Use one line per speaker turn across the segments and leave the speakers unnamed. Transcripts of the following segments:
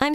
I'm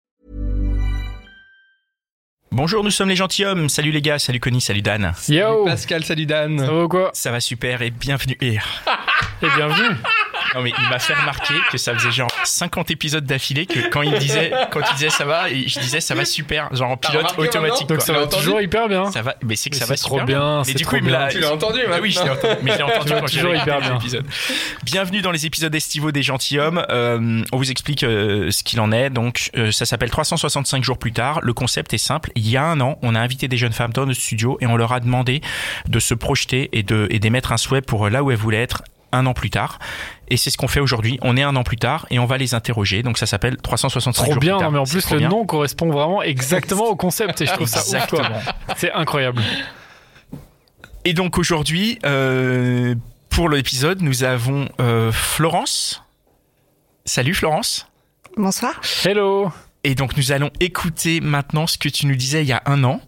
Bonjour, nous sommes les gentilshommes. Salut les gars, salut Connie, salut Dan.
Yo
Pascal, salut Dan.
Ça va ou quoi
Ça va super et bienvenue. Et...
Et bienvenue
Non mais il m'a fait remarquer que ça faisait genre 50 épisodes d'affilée que quand il me disait quand il disait ça va, et je disais ça va super, genre en pilote
remarqué
automatique.
maintenant
Donc
quoi.
ça va
entendu
toujours hyper bien
Ça va, mais c'est que
Mais
ça va
c'est
super
trop bien,
Mais
c'est
du coup, il
trop
me l'a.
Tu l'as entendu
Ah oui, je l'ai entendu, mais je l'ai entendu
Tu vas
quand j'ai
toujours
réécouté
hyper bien.
l'épisode. Bienvenue dans les épisodes estivaux des gentilshommes. Euh, on vous explique euh, ce qu'il en est. Donc, euh, ça s'appelle 365 jours plus tard. Le concept est simple. Il y a un an, on a invité des jeunes femmes dans notre studio et on leur a demandé de se projeter et de et d'émettre un souhait pour euh, là où elles voulaient être un an plus tard. Et c'est ce qu'on fait aujourd'hui. On est un an plus tard et on va les interroger. Donc, ça s'appelle 365
Trop
jours
bien,
plus
non,
tard.
mais en
C'est
plus
trop
le
bien.
nom correspond vraiment exactement au concept et je trouve ça ouf quoi.
Exactement.
C'est incroyable.
Et donc aujourd'hui, euh, pour l'épisode, nous avons euh, Florence. Salut Florence.
Bonsoir.
Hello
Et donc nous allons écouter maintenant ce que tu nous disais il y a un an.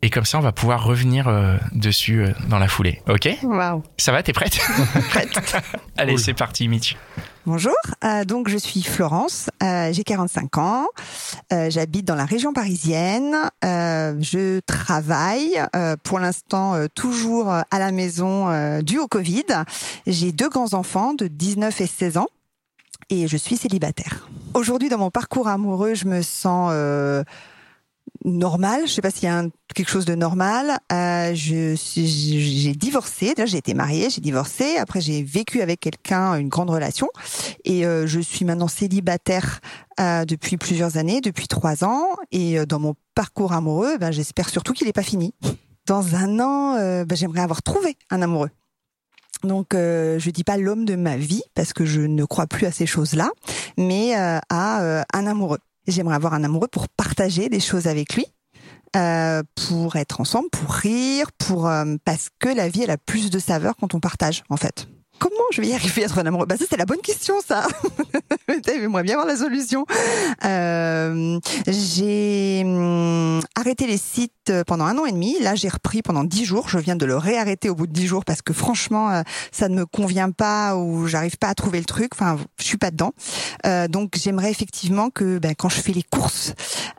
Et comme ça, on va pouvoir revenir euh, dessus euh, dans la foulée. Ok
Waouh.
Ça va T'es prête
Prête.
Allez,
Cool.
c'est parti, Mitch.
Bonjour. Euh, donc je suis Florence. euh, J'ai 45 ans. euh, J'habite dans la région parisienne. euh, je travaille euh, pour l'instant euh, toujours euh, à la maison euh, dû au Covid. J'ai deux grands enfants de 19 et 16 ans. Et je suis célibataire. Aujourd'hui, dans mon parcours amoureux, je me sens euh, normale. Je sais pas s'il y a un- quelque chose de normal. Euh, je suis- j'ai divorcé. Déjà, j'ai été mariée, j'ai divorcé. Après, j'ai vécu avec quelqu'un une grande relation. Et euh, je suis maintenant célibataire euh, depuis plusieurs années, depuis trois ans. Et euh, dans mon parcours amoureux, ben, j'espère surtout qu'il n'est pas fini. Dans un an, euh, ben, j'aimerais avoir trouvé un amoureux. Donc, euh, je dis pas l'homme de ma vie parce que je ne crois plus à ces choses-là, mais euh, à euh, un amoureux. J'aimerais avoir un amoureux pour partager des choses avec lui, euh, pour être ensemble, pour rire, pour euh, parce que la vie elle a plus de saveur quand on partage en fait. Comment je vais y arriver à être un amoureux Bah ça c'est la bonne question ça. Putain, J'aimerais bien avoir la solution. Euh, j'ai hum, arrêté les sites euh, pendant un an et demi. Là j'ai repris pendant dix jours. Je viens de le réarrêter au bout de dix jours parce que franchement euh, ça ne me convient pas ou j'arrive pas à trouver le truc. Enfin je suis pas dedans. Euh, donc j'aimerais effectivement que ben, quand je fais les courses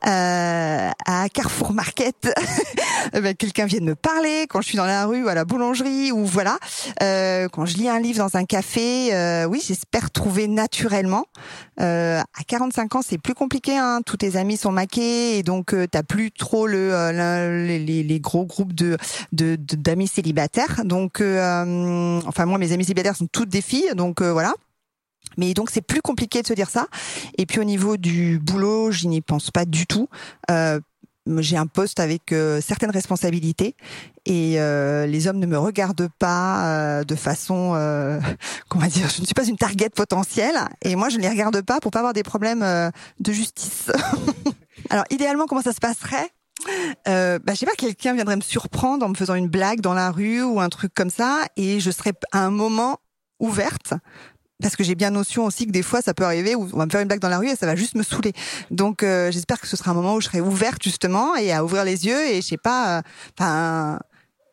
euh, à Carrefour Market, eh ben, quelqu'un vienne me parler, quand je suis dans la rue ou à la boulangerie ou voilà, Euh, quand je lis un livre dans un café, euh, oui j'espère trouver naturellement. Euh, à 45 ans c'est plus compliqué, hein. tous tes amis sont maqués et donc euh, t'as plus trop le, euh, la- les- les, les gros groupes de de- de- d'amis célibataires. Donc euh, enfin moi mes amis célibataires sont toutes des filles, donc euh, voilà. Mais donc c'est plus compliqué de se dire ça. Et puis au niveau du boulot, je n'y pense pas du tout. Euh, j'ai un poste avec euh, certaines responsabilités et euh, les hommes ne me regardent pas euh, de façon, euh, comment dire, je ne suis pas une target potentielle et moi je ne les regarde pas pour pas avoir des problèmes euh, de justice. Alors idéalement, comment ça se passerait euh, bah, je sais pas, quelqu'un viendrait me surprendre en me faisant une blague dans la rue ou un truc comme ça, et je serais à un moment ouverte parce que j'ai bien notion aussi que des fois ça peut arriver où on va me faire une blague dans la rue et ça va juste me saouler. Donc euh, j'espère que ce sera un moment où je serai ouverte justement et à ouvrir les yeux et je sais pas, euh, enfin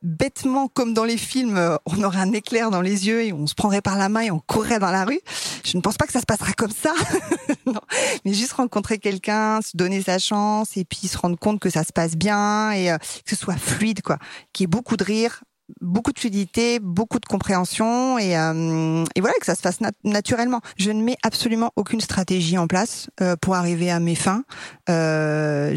bêtement comme dans les films, euh, on aurait un éclair dans les yeux et on se prendrait par la main et on courrait dans la rue. Je ne pense pas que ça se passera comme ça, non. mais juste rencontrer quelqu'un, se donner sa chance et puis se rendre compte que ça se passe bien et euh, que ce soit fluide quoi, qu'il y ait beaucoup de rire, beaucoup de fluidité, beaucoup de compréhension et, euh, et voilà que ça se fasse nat- naturellement. Je ne mets absolument aucune stratégie en place euh, pour arriver à mes fins. Euh,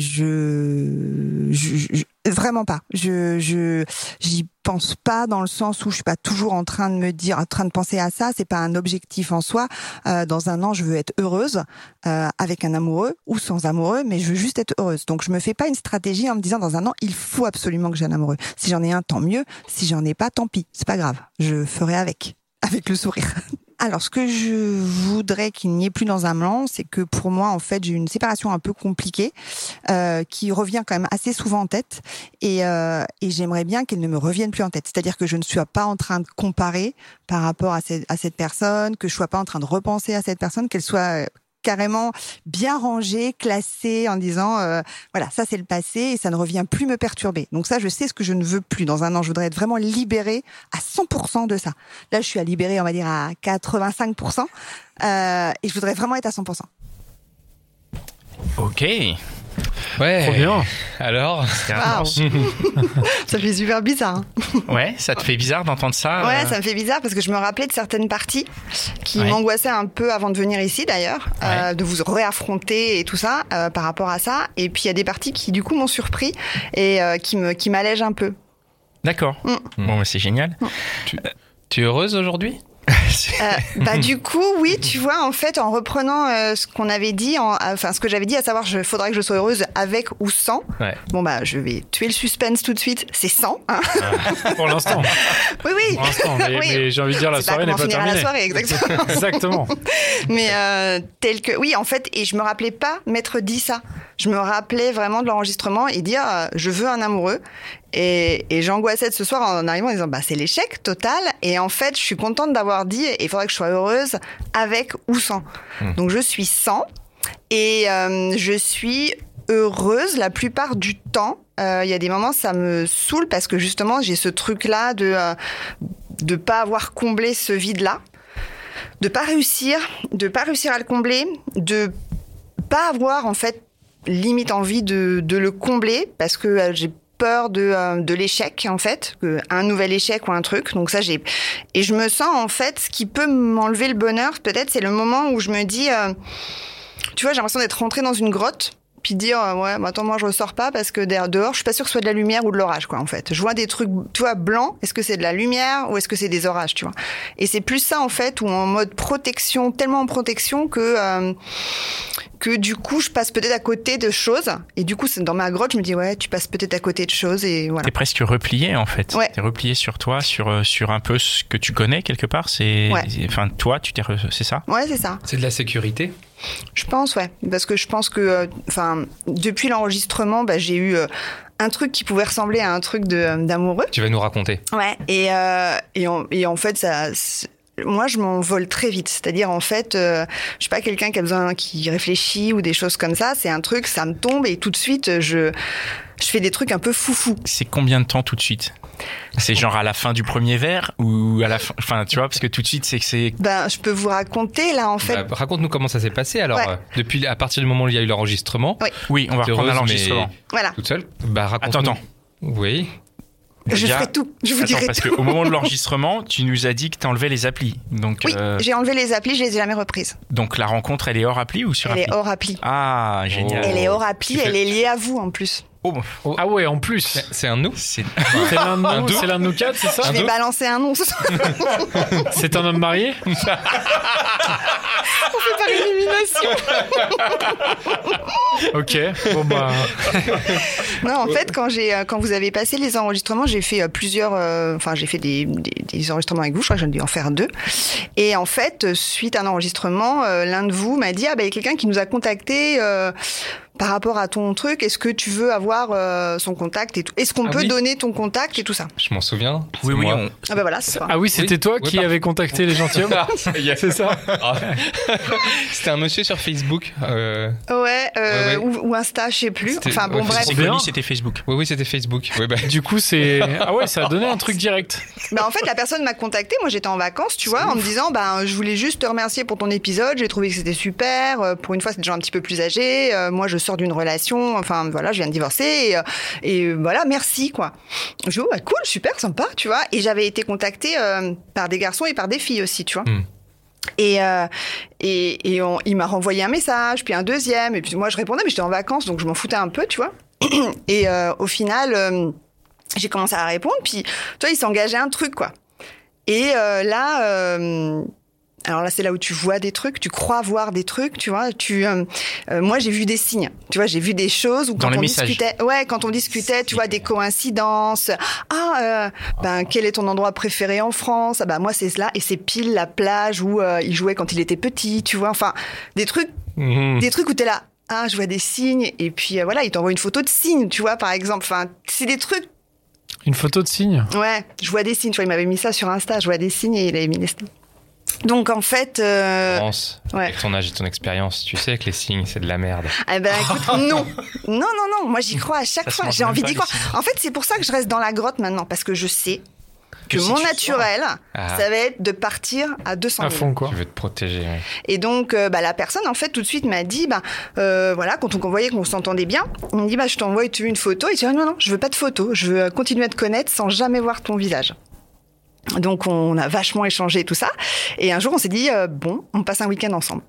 je, je- je- vraiment pas. Je je j'y pense pas dans le sens où je suis pas toujours en train de me dire, en train de penser à ça. C'est pas un objectif en soi. Euh, dans un an, je veux être heureuse euh, avec un amoureux ou sans amoureux, mais je veux juste être heureuse. Donc je me fais pas une stratégie en me disant dans un an il faut absolument que j'ai un amoureux. Si j'en ai un, tant mieux. Si j'en ai pas, tant pis. C'est pas grave. Je ferai avec, avec le sourire. Alors, ce que je voudrais qu'il n'y ait plus dans un blanc, c'est que pour moi, en fait, j'ai une séparation un peu compliquée euh, qui revient quand même assez souvent en tête, et, euh, et j'aimerais bien qu'elle ne me revienne plus en tête. C'est-à-dire que je ne sois pas en train de comparer par rapport à cette, à cette personne, que je sois pas en train de repenser à cette personne, qu'elle soit euh, carrément bien rangée, classée, en disant euh, voilà ça c'est le passé et ça ne revient plus me perturber. Donc ça je sais ce que je ne veux plus dans un an. Je voudrais être vraiment libérée à 100% de ça. Là je suis à libérer on va dire à 85% euh, et je voudrais vraiment être à 100%.
Ok.
Ouais.
Trop bien.
Alors,
Ça fait super bizarre. hein.
Ouais, ça te fait bizarre d'entendre
Ah
ça.
Ouais,
euh,
ça me fait bizarre parce que je me rappelais de certaines parties qui
Ouais.
m'angoissaient un peu avant de venir ici d'ailleurs, euh, de vous réaffronter et tout ça euh, par rapport à ça. Et puis il y a des parties qui du coup m'ont surpris et euh, qui me qui m'allègent un peu.
D'accord.
Mm.
Bon, bah, c'est génial.
tu es heureuse aujourd'hui
Euh, bah du coup oui tu vois en fait en reprenant euh, ce qu'on avait dit en- euh, enfin ce que j'avais dit à savoir je faudrait que je sois heureuse avec ou sans
Ouais.
bon bah je vais tuer le suspense tout de suite c'est sans hein.
Pour l'instant.
oui oui
Pour l'instant. Mais,
Oui.
mais j'ai envie de dire, la
C'est pas
soirée n'est
comment
pas
finira
terminée.
la soirée exactement
Exactement.
Mais euh, tel que oui, en fait, et je me rappelais pas m'être dit ça. Je me rappelais vraiment de l'enregistrement et dire euh, je veux un amoureux. Et, et j'angoissais de ce soir en arrivant en disant bah c'est l'échec total. Et en fait, je suis contente d'avoir dit et il faudrait que je sois heureuse avec ou sans. Donc je suis sans et euh, je suis heureuse la plupart du temps. Euh, Il y a des moments ça me saoule parce que justement j'ai ce truc là de euh, de pas avoir comblé ce vide là de pas réussir, de pas réussir à le combler, de pas avoir en fait limite envie de, de le combler parce que euh, j'ai peur de, euh, de l'échec en fait, que un nouvel échec ou un truc. Donc ça j'ai et je me sens en fait ce qui peut m'enlever le bonheur peut-être c'est le moment où je me dis euh, tu vois j'ai l'impression d'être rentrée dans une grotte puis de dire euh, ouais bah, attends moi je ressors pas parce que derrière- dehors je suis pas sûre que ce soit de la lumière ou de l'orage quoi en fait. Je vois des trucs tu vois blancs, est-ce que c'est de la lumière ou est-ce que c'est des orages tu vois. Et c'est plus ça en fait, ou en mode protection, tellement en protection que euh, que du coup je passe peut-être à côté de choses. Et du coup, c'est dans ma grotte, je me dis ouais, tu passes peut-être à côté de choses et voilà.
T'es presque replié en fait.
Ouais.
T'es replié sur toi, sur euh, sur un peu ce que tu connais quelque part. C'est,
Ouais.
c'est- enfin toi, tu t'es, re- c'est ça.
Ouais, c'est ça.
C'est de la sécurité.
Je pense, ouais, parce que je pense que, euh, enfin, depuis l'enregistrement, bah, j'ai eu euh, un truc qui pouvait ressembler à un truc de, euh, d'amoureux.
Tu vas nous raconter.
Ouais. Et, euh, et, en, et en fait, ça. c'est- Moi, je m'envole très vite. C'est-à-dire, en fait, euh, je suis pas quelqu'un qui a besoin, qui réfléchit ou des choses comme ça. C'est un truc, ça me tombe et tout de suite, je, je fais des trucs un peu foufou.
C'est combien de temps tout de suite C'est genre à la fin du premier verre ou à la fin, enfin tu vois, parce que tout de suite c'est que c'est.
Ben, je peux vous raconter là, en fait.
Bah, Raconte-nous comment ça s'est passé. Alors,
Ouais.
euh, depuis à partir du moment où il y a eu l'enregistrement,
Ouais.
Oui, on va
T'es
reprendre à
heureuse,
l'enregistrement.
mais
voilà.
toute seule. Bah, raconte.
Attends, attends.
Oui.
Je
Déjà-
ferai tout. Je vous
Attends,
dirai
parce
tout.
qu'au moment de l'enregistrement, tu nous as dit que t'enlevais les applis. Donc
Oui,
euh,
j'ai enlevé les applis, je les ai jamais reprises.
donc la rencontre, elle est hors appli ou sur
Elle est
appli
hors appli.
Ah génial.
Oh.
Elle est hors appli,
Tu fais-
elle est liée à vous en plus.
Oh, bon,
Ah ouais, en plus.
C'est un nous.
c'est
C'est l'un de
Un
nous,
deux.
c'est l'un de nous quatre, c'est ça
Je vais
deux
balancer un nom. On fait
C'est un homme marié
par élimination.
Ok. Bon bah.
Non, en fait, quand j'ai, euh, quand vous avez passé les enregistrements, j'ai fait euh, plusieurs, euh, enfin, j'ai fait des, des, des enregistrements avec vous. Je crois que j'en ai dû en faire deux. Et en fait, euh, suite à un enregistrement, euh, l'un de vous m'a dit, ah ben, il y a quelqu'un qui nous a contacté euh, par rapport à ton truc. Est-ce que tu veux avoir euh, son contact et tout Est-ce qu'on
Ah
peut
oui.
donner ton contact et tout ça
Je m'en souviens.
oui
C'est
oui.
moi.
on-
Ah ben voilà, c'est ça.
Ah oui, c'était
Oui.
toi
Oui,
qui
pardon.
avait contacté les gentilshommes
Ah,
C'est ça
C'était un monsieur sur Facebook. euh,
Ouais, euh,
Ouais, ouais.
Ou, ou Insta, je sais plus.
C'était-
Enfin bon,
ouais,
bref.
c'est
bien.
connu, c'était Facebook.
Oui, oui, c'était Facebook. Oui, bah,
Du coup, c'est. Ah ouais, ça a donné un truc direct.
Bah, en fait, la personne m'a contacté. Moi, j'étais en vacances, tu vois, en me disant, bah, je voulais juste te remercier pour ton épisode. J'ai trouvé que c'était super. Euh, Pour une fois, c'est des gens un petit peu plus âgés. Euh, Moi, je sors d'une relation. Enfin, voilà, je viens de divorcer. Et, euh, et, euh, voilà, merci, quoi. Je dis, oh, bah, cool, super, sympa, tu vois. Et j'avais été contactée euh, par des garçons et par des filles aussi, tu vois.
Hmm.
Et, euh, et, et on- il m'a renvoyé un message, puis un deuxième. Et puis moi, je répondais, mais j'étais en vacances, donc je m'en foutais un peu, tu vois. Et euh, au final, euh, j'ai commencé à répondre. Puis, tu vois, il s'engageait un truc, quoi. Et euh, là, euh, Alors là, c'est là où tu vois des trucs, tu crois voir des trucs, tu vois. Tu, euh, euh, moi, j'ai vu des signes. Tu vois, j'ai vu des choses où
Dans
quand
les
on
messages.
discutait, ouais, quand on discutait, tu vois, des coïncidences. Ah, euh, ben quel est ton endroit préféré en France Ah ben moi, c'est cela. Et c'est pile la plage où euh, il jouait quand il était petit, tu vois. Enfin, des trucs,
Mhm.
des trucs où t'es là. Ah, je vois des signes. Et puis euh, voilà, il t'envoie une photo de signe, tu vois, par exemple. Enfin, c'est des trucs.
Une photo de signe.
Ouais, je vois des signes. Tu vois, il m'avait mis ça sur Insta. Je vois des signes et il avait mis des. Donc en fait. euh,
Laurence,
ouais.
avec ton âge et ton expérience, tu sais que les signes, c'est de la merde.
Eh ben écoute, non. Non, non, non. Moi, j'y crois à chaque
Ça se
fois.
mange
J'ai
même
envie
pas,
d'y croire. En fait, c'est pour ça que je reste dans la grotte maintenant, parce que je sais que,
si
mon
tu
naturel,
Ah.
ça va être de partir à 200
À
000.
fond, quoi.
Tu veux te protéger. ouais.
Et donc, euh, bah, la personne, en fait, tout de suite m'a dit, bah, euh, voilà, quand on voyait qu'on s'entendait bien, on me dit, bah, je t'envoie, tu veux une photo Et je dis, ah, non, non, je veux pas de photo. Je veux euh, continuer à te connaître sans jamais voir ton visage. Donc, on a vachement échangé tout ça. Et un jour, on s'est dit, euh, bon, on passe un week-end ensemble.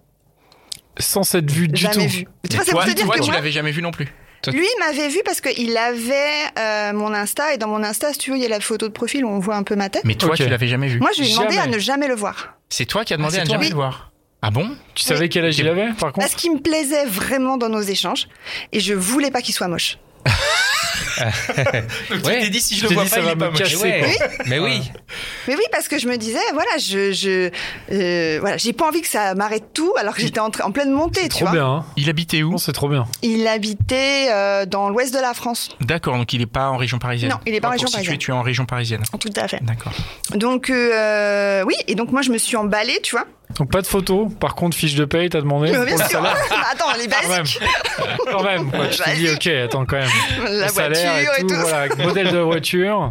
Sans cette vue du
jamais
tout.
vu. Tu vois, c'est pour
toi,
te dire
toi,
que
tu
moi,
l'avais jamais vu non plus.
Lui, il m'avait vu parce qu'il avait euh, mon Insta et dans mon Insta, si tu veux, il y a la photo de profil où on voit un peu ma tête.
Mais toi,
Ok.
tu l'avais jamais vu.
Moi, je lui ai demandé
jamais.
à ne jamais le voir.
C'est toi qui as
Ah,
demandé
c'est
à ne
toi.
jamais
Oui.
le voir. Ah bon
Tu savais quel âge il avait, par
Parce
contre
qu'il me plaisait vraiment dans nos échanges et je voulais pas qu'il soit moche.
Donc
Ouais.
tu t'es dit si je
Tu
le
t'es
vois
dit,
pas,
ça
il
va
est pas
me
moche.
casser,
Ouais.
quoi. Mais oui,
Mais oui, parce que je me disais, voilà, je, je, euh, voilà, j'ai pas envie que ça m'arrête tout alors que j'étais en, tra- en pleine montée, tu
Trop
vois.
bien, hein.
Il habitait où
Non, c'est trop bien.
Il habitait euh, dans l'ouest de la France.
D'accord, donc il est pas en région parisienne.
Non, il est pas en région
Pour situer,
parisienne.
Tu es en région parisienne.
Tout à fait.
D'accord.
Donc euh, oui, et donc moi, je me suis emballée, tu vois.
Donc pas de photo, par contre fiche de paye, t'as demandé
Mais bien
Bon,
sûr.
ça va,
Attends, les
quand même.
basiques,
quand même, quoi. Tu te dis, ok, attends, quand même.
la
Le salaire
voiture et tout.
voilà, avec modèle de voiture.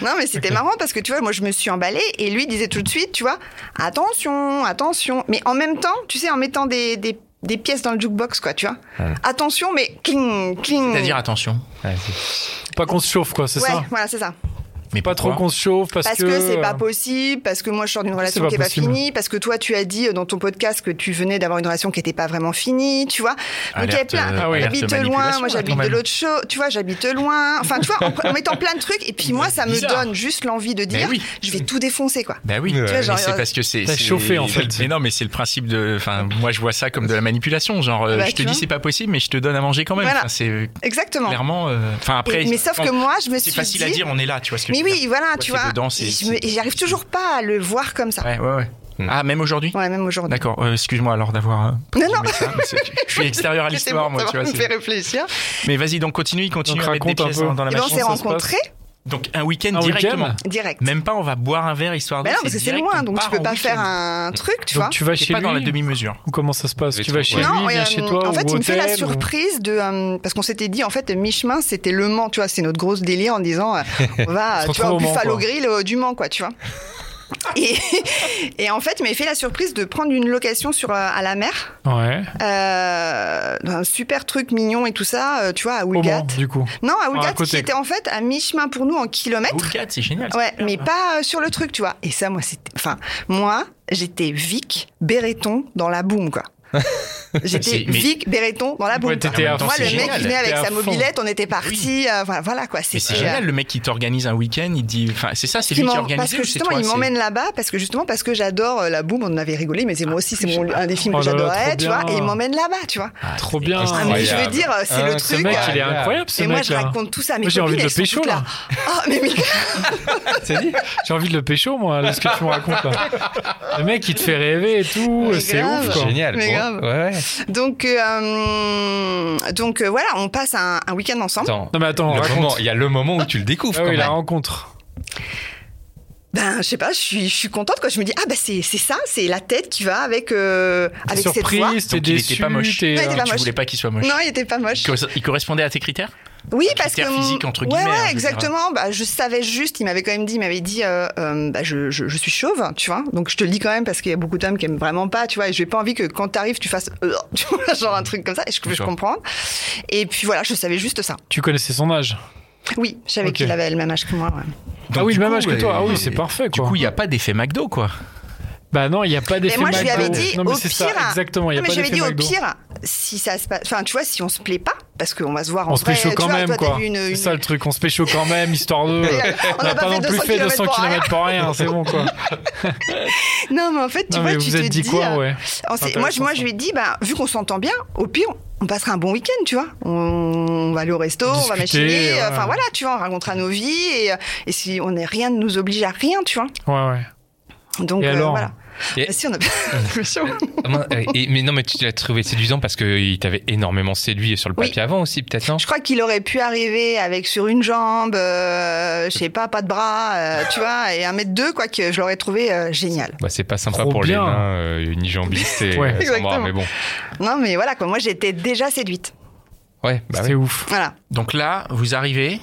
Non, mais c'était marrant parce que tu vois, moi je me suis emballée et lui disait tout de suite, tu vois, attention, attention. Mais en même temps, tu sais, en mettant des, des, des pièces dans le jukebox, quoi, tu vois. Attention, mais cling, cling.
C'est-à-dire attention.
Ouais, c'est-
Pas qu'on se chauffe, quoi, c'est
Ouais,
ça
voilà, c'est ça.
Mais
Pas trop
pourquoi
qu'on se chauffe parce,
Parce que, c'est pas possible, parce que moi je sors d'une relation
pas
qui est pas
possible.
finie, parce que toi tu as dit euh, dans ton podcast que tu venais d'avoir une relation qui était pas vraiment finie, tu vois. Donc il y a
Alerte,
plein.
euh,
Ah oui.
alerte
J'habite
manipulation,
loin,
là,
moi j'habite
quand
de
même.
l'autre chose, tu vois, j'habite loin. Enfin, tu vois, en, en mettant plein de trucs, et puis moi ça me
Bizarre.
donne juste l'envie de dire,
oui.
je vais tout défoncer, quoi.
Bah oui,
Tu vois,
mais
genre,
c'est
euh,
parce que c'est.
T'as
c'est-
chauffé, en fait.
Mais non, mais c'est le principe de. Enfin, moi, je vois ça comme de la manipulation. Genre, euh,
Bah,
je te
tu
dis
vois.
c'est pas possible, mais je te donne à manger quand même.
Voilà.
Enfin, c'est
Exactement.
clairement. euh, Enfin, après.
Et- mais sauf
bon,
que moi, je me suis
C'est facile
dit,
à dire, on est là, tu vois ce que
Mais
je veux
oui,
dire.
voilà,
Toi,
tu
t'es
vois.
dedans, c'est-
et je
c'est-
me- et j'arrive toujours pas à le voir comme ça.
Ouais, ouais, ouais. Ah, même aujourd'hui
Ouais, même aujourd'hui.
D'accord, euh, excuse-moi alors d'avoir. euh,
Non, non. eh
mais ça, mais c'est- je suis extérieur à
C'est
l'histoire,
bon,
moi,
ça
tu vois.
me
c'est-
fait réfléchir.
Mais vas-y, donc continue, il continue
Donc,
à mettre des
raconte un
pièces
peu.
dans, dans la
Et ben, on
machine.
s'est
ça se
rencontrés
Donc un week-end
Un week-end
directement.
direct.
Même pas, on va boire un verre histoire
Mais
de.
non, parce que c'est
direct,
loin,
on
donc tu
part
peux
en euh,
pas faire
week-end.
un truc, tu
Donc
vois.
tu vas
T'es
chez
pas
lui
dans la demi-mesure.
ou comment ça se passe
Les
Tu vas
trucs,
chez
ouais.
lui,
Non,
il
et,
vient
euh,
chez toi
en
ou
fait, il me fait la
hôtel, ou-
surprise de euh, parce qu'on s'était dit en fait mi-chemin c'était le Mans, tu vois, c'est notre grosse délire en disant euh, on va
On se
tu
retrouve
vois au
au Mans,
Buffalo
quoi.
Grill euh, du Mans quoi, tu vois. Et, et en fait, il m'avait fait la surprise de prendre une location sur euh, à la mer,
Ouais,
euh, un super truc mignon et tout ça, euh, tu vois, à
au Mans,
Oulgat.
du coup.
Non, à
Ah,
Oulgat,
à côté,
qui était en fait à mi-chemin pour nous en kilomètres.
Woolcat, c'est génial.
Ouais, mais pas euh, sur le truc, tu vois. Et ça, moi, c'était. Enfin, moi, j'étais Vic Béreton dans la boum, quoi. J'étais
C'est- mais-
Vic Béreton dans la boum.
Ouais,
quoi.
t'étais à
Moi,
fond,
le
Ah, c'est
mec,
génial.
il venait avec
T'étais à
sa
fond.
mobilette, on était partis. euh, voilà, voilà, quoi.
Mais c'est
euh,
génial, le mec qui t'organise un week-end, il dit. Enfin, c'est ça, c'est
qui
lui qui
m'en- parce
organise.
que justement, il m'emmène là-bas, parce que justement, parce que j'adore euh, la boum, on en avait rigolé, mais c'est moi aussi, c'est mon- un des films
Ah, Oh
que
là là,
j'adorais,
trop
tu vois,
bien.
et il m'emmène là-bas, tu vois.
Trop bien.
Ah, mais je veux
Incroyable.
dire, c'est
Ah,
le
ce
Ce
truc.
mec, il
euh,
est
incroyable.
incroyable, ce
et moi,
mec
je
là.
raconte tout ça, mais
Moi, j'ai envie de le pécho,
là.
là.
Ah, mais mais-
J'ai envie de le pécho, moi, là, ce que tu me racontes là. Le mec, il te fait rêver et tout,
Mais
c'est
grave.
ouf quoi. Ah
Génial.
Mais
bon,
grave.
Ouais, ouais.
Donc, euh, donc euh, voilà, on passe un, un week-end ensemble.
Attends.
Non, mais attends,
Le
raconte.
moment- Il y a le moment où tu le découvres.
Ah
quand
oui, la
même.
rencontre.
Ben, je sais pas, je suis, je suis contente quoi. Je me dis ah ben c'est c'est ça, c'est la tête qui va avec euh,
T'es
avec cette voix.
surprise, t'es
Donc, il était
déçu,
pas moche.
t'es,
Ouais, il était
euh,
pas
Tu
moche.
voulais pas qu'il soit moche.
Non, il était pas moche.
Il co- Il correspondait à tes critères
Ah
Oui, parce que
critère physique, entre guillemets, hein,
Ouais,
je veux
ouais,
dire.
exactement. Bah, je savais juste. Il m'avait quand même dit, il m'avait dit, euh, euh, bah, je, je, je suis chauve, tu vois. Donc je te le dis quand même parce qu'il y a beaucoup d'hommes qui aiment vraiment pas, tu vois. Et j'ai pas envie que quand t'arrives, tu fasses, euh, tu vois, genre un truc comme ça. Et je peux
D'accord.
comprendre. Et puis voilà, je savais juste ça.
Tu connaissais son âge.
Oui, je savais
Ok.
qu'il avait le même âge que moi. ouais.
Donc,
ah oui,
du
le même
coup,
âge que toi. Ah
euh,
oui, c'est parfait
Du
quoi.
coup, il n'y a pas d'effet McDo, quoi.
Bah non, il n'y a pas d'effet
Mais moi, je lui
McDo.
avais dit,
non, mais
au
c'est
pire,
ça, exactement, il n'y a
Non, mais
pas
j'avais
d'effet
dit au
McDo.
pire, si ça se passe, enfin, tu vois, si on se plaît pas, parce qu'on va se voir en
On se
vrai.
pécho
Tu
quand
vois,
même,
toi, t'as
quoi.
vu une-
C'est
une-
ça le truc, on se pécho quand même, histoire de.
On n'a
n'a
pas
pas
fait
non plus
200
fait
kilomètres
200
pour rien.
km pour rien, hein, c'est bon, quoi.
Non, mais en fait, tu
Non,
vois,
mais
tu
vous
te
êtes dit
dis,
quoi,
euh,
ouais
on
C'est
s'est- moi, je, moi,
intéressant,
je lui ai dit, bah, vu qu'on s'entend bien, au pire, on passera un bon week-end, tu vois. On, on va aller au resto, on va
Discuter,
machiner.
ouais.
euh, Enfin, voilà, tu vois, on racontera nos vies. Et, euh, et si on est rien ne nous oblige à rien, tu vois.
Ouais, ouais.
Donc,
Et
euh,
alors
voilà.
Et-
Bah, si, on a Bien sûr.
Ah, et- mais non, mais tu l'as trouvé séduisant parce qu'il t'avait énormément séduit sur le
Oui.
papier avant aussi, peut-être, non
Je crois qu'il aurait pu arriver avec sur une jambe, euh, je sais pas, pas de bras, euh, tu vois, et un mètre deux, quoi, que je l'aurais trouvé euh, génial.
bah, c'est pas sympa
Trop
pour
bien.
les nains euh, unijambistes et
Ouais.
euh, sans bras,
Exactement.
mais bon.
Non, mais voilà, quoi, moi j'étais déjà séduite.
Ouais, bah
c'est
oui.
ouf.
Voilà.
Donc là, vous arrivez.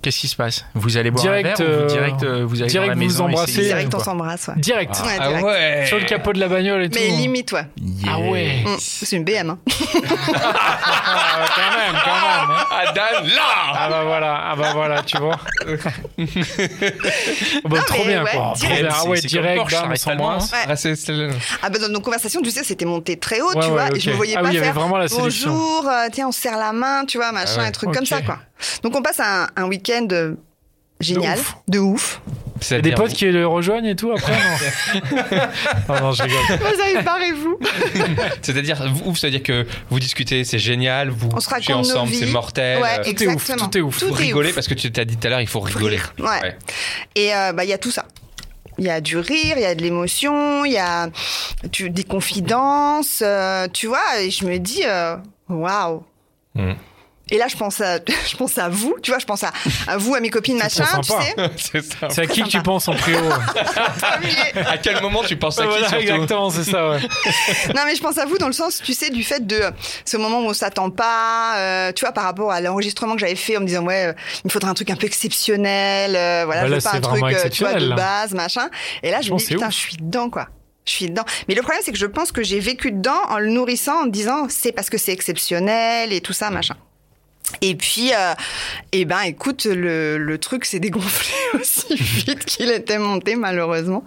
Qu'est-ce qui se passe Vous allez boire
Direct,
un verre ou
euh,
vous direct euh, vous allez
direct
dans la
vous
maison et
embrassez.
c'est-
Direct, on
quoi.
s'embrasse, ouais.
Direct.
Ouais,
Ah
direct.
ouais
Sur le capot de la bagnole et tout.
Mais limite, ouais.
Yeah.
Ah ouais.
Mm, C'est une BM, hein.
Ah, quand même, quand même.
Ah, Dan, là
Ah bah voilà, ah bah voilà, tu vois. Bon,
Non,
trop
mais
bien
ouais,
quoi. Trop
direct,
bien. Ah
c'est-
ouais,
c'est comme
direct,
Porsche,
bam,
ça
on
reste allemand,
s'embrasse.
hein. Ah, c'est- c'est le-
Ah bah dans nos conversations, tu sais, c'était monté très haut,
Ouais,
tu vois,
ouais,
et je
ok.
me voyais
Ah
pas
oui, il y avait
faire
vraiment la séduction.
bonjour, euh, tiens, on se serre la main, tu vois, machin,
Ah ouais,
un truc
ok.
comme ça, quoi. Donc on passe un, un week-end euh, génial,
ouf.
de ouf.
Il y a
C'est-à-dire-
des potes qui le rejoignent et tout après, non Non, non, je rigole.
Vous avez barrez-vous.
C'est-à-dire, vous, c'est-à-dire que vous discutez, c'est génial, vous
On se
couchez
raconte nos
ensemble,
vies.
c'est mortel.
Ouais,
euh,
Tout est ouf,
exactement.
tout est ouf.
faut
Tout est
rigoler
ouf.
parce que tu t'as dit tout à l'heure, il faut rigoler.
rire, ouais. Et euh, bah il y a tout ça. Il y a du rire, il y a de l'émotion, il y a tu- des confidences, euh, tu vois. Et je me dis, euh, waouh.
Mm.
Et là, je pense à, je pense à vous, tu vois, je pense à, à vous, à mes copines,
C'est
machin,
trop
tu
sympa.
sais.
c'est ça.
C'est à qui que tu penses en trio
Premier.
À quel moment tu penses à qui
Voilà,
surtout
exactement, c'est ça, ouais.
non, mais je pense à vous dans le sens, tu sais, du fait de euh, ce moment où on s'attend pas, euh, tu vois, par rapport à l'enregistrement que j'avais fait en me disant, ouais, euh, il me faudrait un truc un peu exceptionnel, euh, voilà,
Bah
je
là,
veux pas
c'est
un truc,
vraiment
euh, tu vois,
exceptionnel,
de
là.
base, machin. Et là, je
Franchement,
me dis,
c'est
putain,
ouf.
je suis dedans, quoi. Je suis dedans. Mais le problème, c'est que je pense que j'ai vécu dedans en le nourrissant, en me disant, c'est parce que c'est exceptionnel et tout ça, machin. Et puis, euh, eh ben, écoute, le, le truc s'est dégonflé aussi vite qu'il était monté, malheureusement.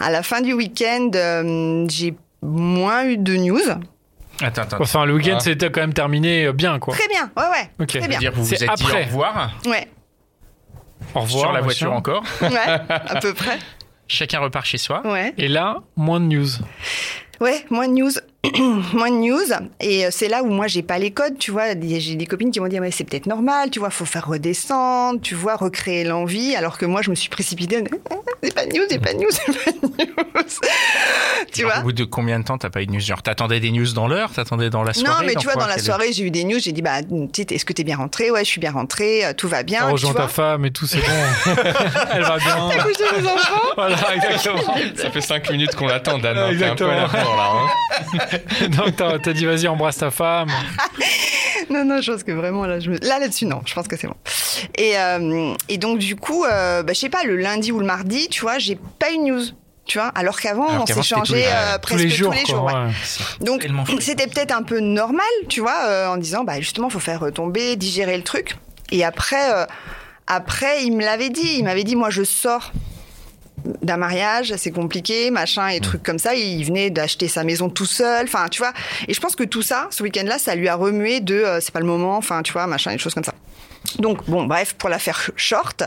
À la fin du week-end, euh, j'ai moins eu de news.
Attends, attends.
Enfin, le week-end,
Ah.
c'était quand même terminé euh, bien, quoi.
Très bien, ouais, ouais.
Ok.
Très
Je
bien.
Dire, vous vous
C'est
êtes dit au
après.
revoir
Ouais,
Au revoir.
sur la
machin.
voiture encore.
ouais, à peu près.
Chacun repart chez soi.
Ouais,
Et là, moins de news.
ouais, moins de news. moins de news. Et euh, c'est là où moi, j'ai pas les codes, tu vois. Des- J'ai des copines qui m'ont dit, Ah, mais c'est peut-être normal, tu vois, faut faire redescendre, tu vois, recréer l'envie. Alors que moi, je me suis précipitée, en disant, Ah, c'est pas de news, c'est pas de news, c'est pas de news. tu
Alors,
vois
Au bout de combien de temps t'as pas eu de news Genre, t'attendais des news dans l'heure T'attendais dans la soirée
Non, mais tu vois,
quoi
dans la
Quel-
soirée, j'ai eu des news, j'ai dit, bah, petite, est-ce que t'es bien rentrée Ouais, je suis bien rentrée, euh, tout va bien.
On
tu
rejoint
vois.
ta femme et tout, c'est bon. Elle va bien.
T'as couché tes enfants
Voilà, exactement.
Ça fait 5 minutes qu'on l'attend, Dan. hein. T'es un peu à la
Exactement.
bourre, là. hein.
Donc, t'as t'as dit, vas-y, embrasse ta femme.
Non, non, je pense que vraiment, là, je me- là, là-dessus, non, je pense que c'est bon. Et, euh, et donc, du coup, euh, bah, je sais pas, le lundi ou le mardi, tu vois, j'ai pas eu de news. Tu vois, alors qu'avant,
Alors
on
qu'avant, c'était tous les-
s'échangeait euh,
Tous
presque
les jours,
tous les
quoi,
jours. ouais.
ouais.
Donc,
tellement fou.
c'était peut-être un peu normal, tu vois, euh, en disant, bah, justement, faut faire retomber, digérer le truc. Et après, euh, après, il me l'avait dit. Il m'avait dit, moi, je sors d'un mariage, c'est compliqué, machin, et trucs comme ça. Il venait d'acheter sa maison tout seul, enfin, tu vois. Et je pense que tout ça, ce week-end-là, ça lui a remué de, euh, c'est pas le moment, enfin, tu vois, machin, des choses comme ça. Donc, bon, bref, pour la faire short,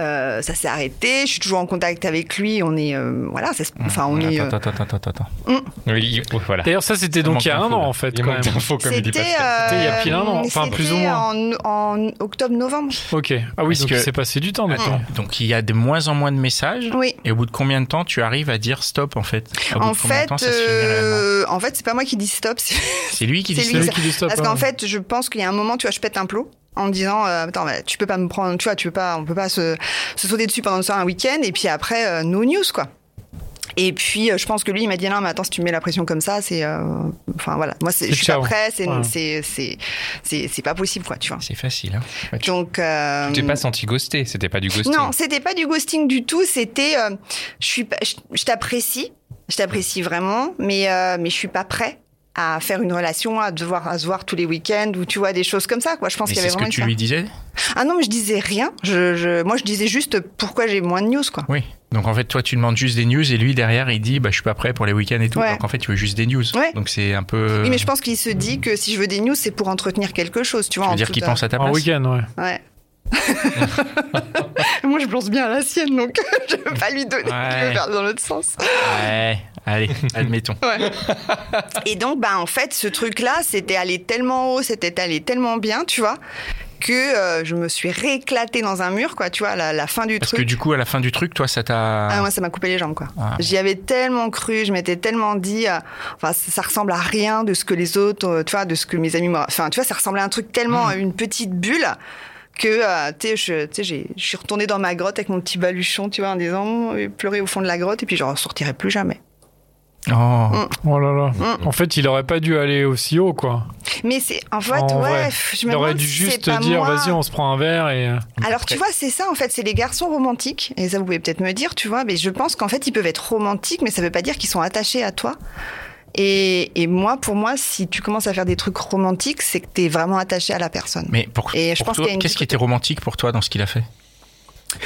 euh, ça s'est arrêté. Je suis toujours en contact avec lui. On est, euh, voilà, ça se- enfin, on est. euh,
Attends, attends, attends, attends, attends.
hein. Oui, il- voilà.
D'ailleurs, ça, c'était donc il y a
manque
un
d'infos,
an,
là.
en fait,
Il
quand
manque
même.
d'infos, comme il dit
C'était
Pascal.
euh,
C'était il y a pile un an, enfin,
c'était
plus ou moins.
En, en octobre-novembre.
Ok. Ah oui,
Est-ce
donc
que-
il s'est passé du temps maintenant.
Donc, il y a de moins en moins de messages.
Oui.
Et au bout de combien de temps tu arrives à dire stop en fait
Ah,
Au bout
En
de combien de
fait,
temps ça se finit réellement
euh, en fait, c'est pas moi qui dis stop. c'est-
C'est lui qui dit
c'est
stop
lui,
Celui
ça-
qui dit stop,
Parce qu'en
hein.
fait, je pense qu'il y a un moment, tu vois, je pète un plot en me disant, euh, attends, bah, tu peux pas me prendre, tu vois, tu peux pas, on peut pas se, se sauter dessus pendant le soir un week-end et puis après, euh, no news quoi. Et puis, euh, je pense que lui, il m'a dit non, mais attends, si tu mets la pression comme ça, c'est, euh, enfin voilà, moi, c'est-
C'est
je suis pas
ciao.
prêt, c'est,
Ouais.
c'est, c'est, c'est, c'est pas possible quoi, tu vois.
C'est facile. Hein.
Donc, euh,
Tu t'es pas senti ghosté, c'était pas du ghosting.
Non, c'était pas du ghosting du tout. C'était, euh, je suis, pas- je, je t'apprécie, je t'apprécie vraiment, mais euh, mais je suis pas prêt à faire une relation, à devoir à se voir tous les week-ends ou tu vois des choses comme ça. Quoi, je pense
Mais
qu'il y avait
c'est ce que
vraiment
tu
une-
lui disais
Ah non, mais je disais rien. Je, je- moi, je disais juste pourquoi j'ai moins de news, quoi.
Oui. Donc en fait, toi, tu demandes juste des news et lui derrière, il dit, bah, je suis pas prêt pour les week-ends et tout.
Ouais.
Donc en fait, tu veux juste des news.
Ouais.
Donc c'est un peu.
Oui, mais je pense qu'il se dit que si je veux des news, c'est pour entretenir quelque chose, tu vois.
Tu
en
veux dire
tout
qu'il
un-
pense à ta
En
place.
week-end, ouais.
Ouais. Moi, je pense bien à la sienne, donc je vais pas lui donner. Je
Ouais.
vais faire dans l'autre sens.
Ouais. Allez, admettons.
Et donc, bah, en fait, ce truc-là, c'était allé tellement haut, c'était allé tellement bien, tu vois, que euh, je me suis rééclatée dans un mur, quoi, tu vois, la, la fin du
Parce que
truc.
du coup, à la fin du truc, toi, ça
Ah,
t'a.
moi, ça m'a coupé les jambes, quoi.
Ah.
J'y avais tellement cru, je m'étais tellement dit, euh, enfin, ça, ça ressemble à rien de ce que les autres, euh, tu vois, de ce que mes amis m'ont- Enfin, tu vois, ça ressemblait à un truc
Mm.
tellement, à une petite bulle, que, euh, tu sais, je- tu sais, j'ai- je suis retournée dans ma grotte avec mon petit baluchon, tu vois, en disant, oh, pleurer au fond de la grotte, et puis je ressortirai plus jamais.
Oh.
Mm.
Oh là là. En fait, il aurait pas dû aller aussi haut, quoi.
Mais c'est, en fait,
En
ouais,
vrai.
pff, je me
Il aurait
demande
dû
si c'est
juste
pas
dire,
moi.
vas-y, on se prend un verre et. euh,
Alors tu vois, c'est ça en fait, c'est les garçons romantiques. Et ça, vous pouvez peut-être me dire, tu vois, mais je pense qu'en fait, ils peuvent être romantiques, mais ça veut pas dire qu'ils sont attachés à toi. Et, et moi, pour moi, si tu commences à faire des trucs romantiques, c'est que t'es vraiment attaché à la personne.
Mais pour,
Et je
pour
pense
toi,
qu'il y a une
qu'est-ce qui était romantique pour toi dans ce qu'il a fait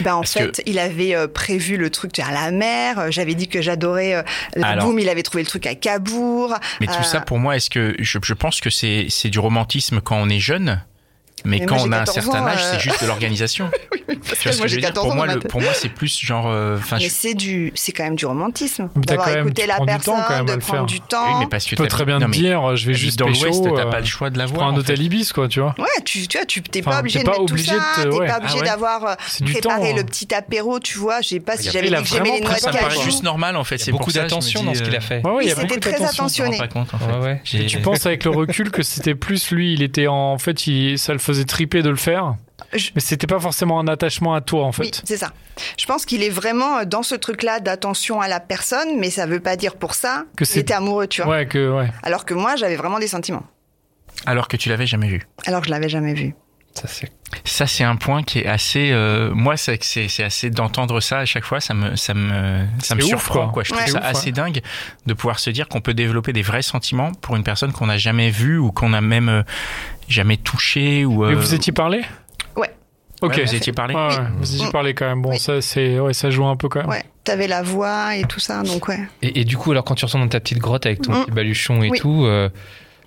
Ben, en
parce
fait, il avait euh, prévu le truc tu sais, à la mer. euh, J'avais dit que j'adorais euh, la
Alors.
boum. Il avait trouvé le truc à Cabourg.
Mais tout
Euh,
ça, pour moi, est-ce que je, je pense que c'est c'est du romantisme quand on est jeune, mais,
Mais
quand
moi, j'ai
on a un
14
certain
ans,
âge,
euh.
c'est juste de l'organisation.
parce
Tu
que
vois ce
moi
que je
j'ai
veux dire
14
Pour
ans.
moi,
dans ma
le-
tête.
pour moi, c'est plus genre. euh, Enfin,
Mais
je-
c'est du, c'est quand même du romantisme.
Mais t'as
D'avoir
quand même-
écouté
tu
la
prends du temps,
personne,
quand même, à
de
le
prendre
faire.
du
Ah oui,
temps.
mais parce que
Tu peux
t'as-
très bien
non,
te
mais
dire, euh, je vais
t'habites
juste
dans
pécho.
l'Ouest, t'as
euh,
pas le choix de
je
l'avoir.
prends un
en fait.
hôtel Ibis, quoi, tu vois.
Ouais, tu, tu vois, tu t'es
Enfin,
pas obligé
t'es
de
pas
mettre
obligé
tout ça,
de te-
t'es
ouais.
pas obligé
Ah ouais.
d'avoir euh,
C'est du
préparé
temps, hein.
le petit apéro, tu vois. Je sais pas
Il y
si
a-
j'avais
il a
dit que j'aimais
vraiment
les noix
pris
de
Ça me
Ouais,
paraît
ouais.
cajou.
juste normal en fait. C'est
Il y a
beaucoup
beaucoup d'attention dans ce qu'il a fait.
Ouais, ouais, Bah il y
Oui,
a beaucoup
c'était très
d'attention.
euh, Je me rends
attentionné.
pas compte euh, en fait.
Ouais, ouais.
J'ai-
Et tu penses avec le recul que c'était plus lui, il était en, en fait, il, ça le faisait triper de le faire,
Je-
mais c'était pas forcément un attachement à toi en
Oui,
fait.
c'est ça. Je pense qu'il est vraiment dans ce truc-là d'attention à la personne, mais ça veut pas dire pour ça
Que
qu'il
c'est-
était amoureux, tu vois.
ouais, que ouais.
Alors que moi, j'avais vraiment des sentiments.
Alors que tu l'avais jamais vu.
Alors que je l'avais jamais vu.
Ça, c'est-
Ça, c'est un point qui est assez. euh, moi, c'est c'est c'est assez d'entendre ça à chaque fois. Ça me ça me ça me
C'est ouf,
surprend quoi.
quoi.
Je trouve
Ouais.
ça
C'est ouf,
assez dingue de pouvoir se dire qu'on peut développer des vrais sentiments pour une personne qu'on n'a jamais vue ou qu'on n'a même euh, jamais touchée ou.
Mais
euh,
vous étiez parlé
Ouais.
Ok.
ouais, vous étiez parlé.
Ouais, ouais, vous étiez
Mm.
parlé quand même. Bon,
Oui.
ça c'est Ah ouais, ça joue un peu quand même.
Ouais. T'avais la voix et tout ça, donc ouais.
Et, et du coup, alors quand tu ressens dans ta petite grotte avec ton
Mm.
petit baluchon et
Oui.
tout, euh,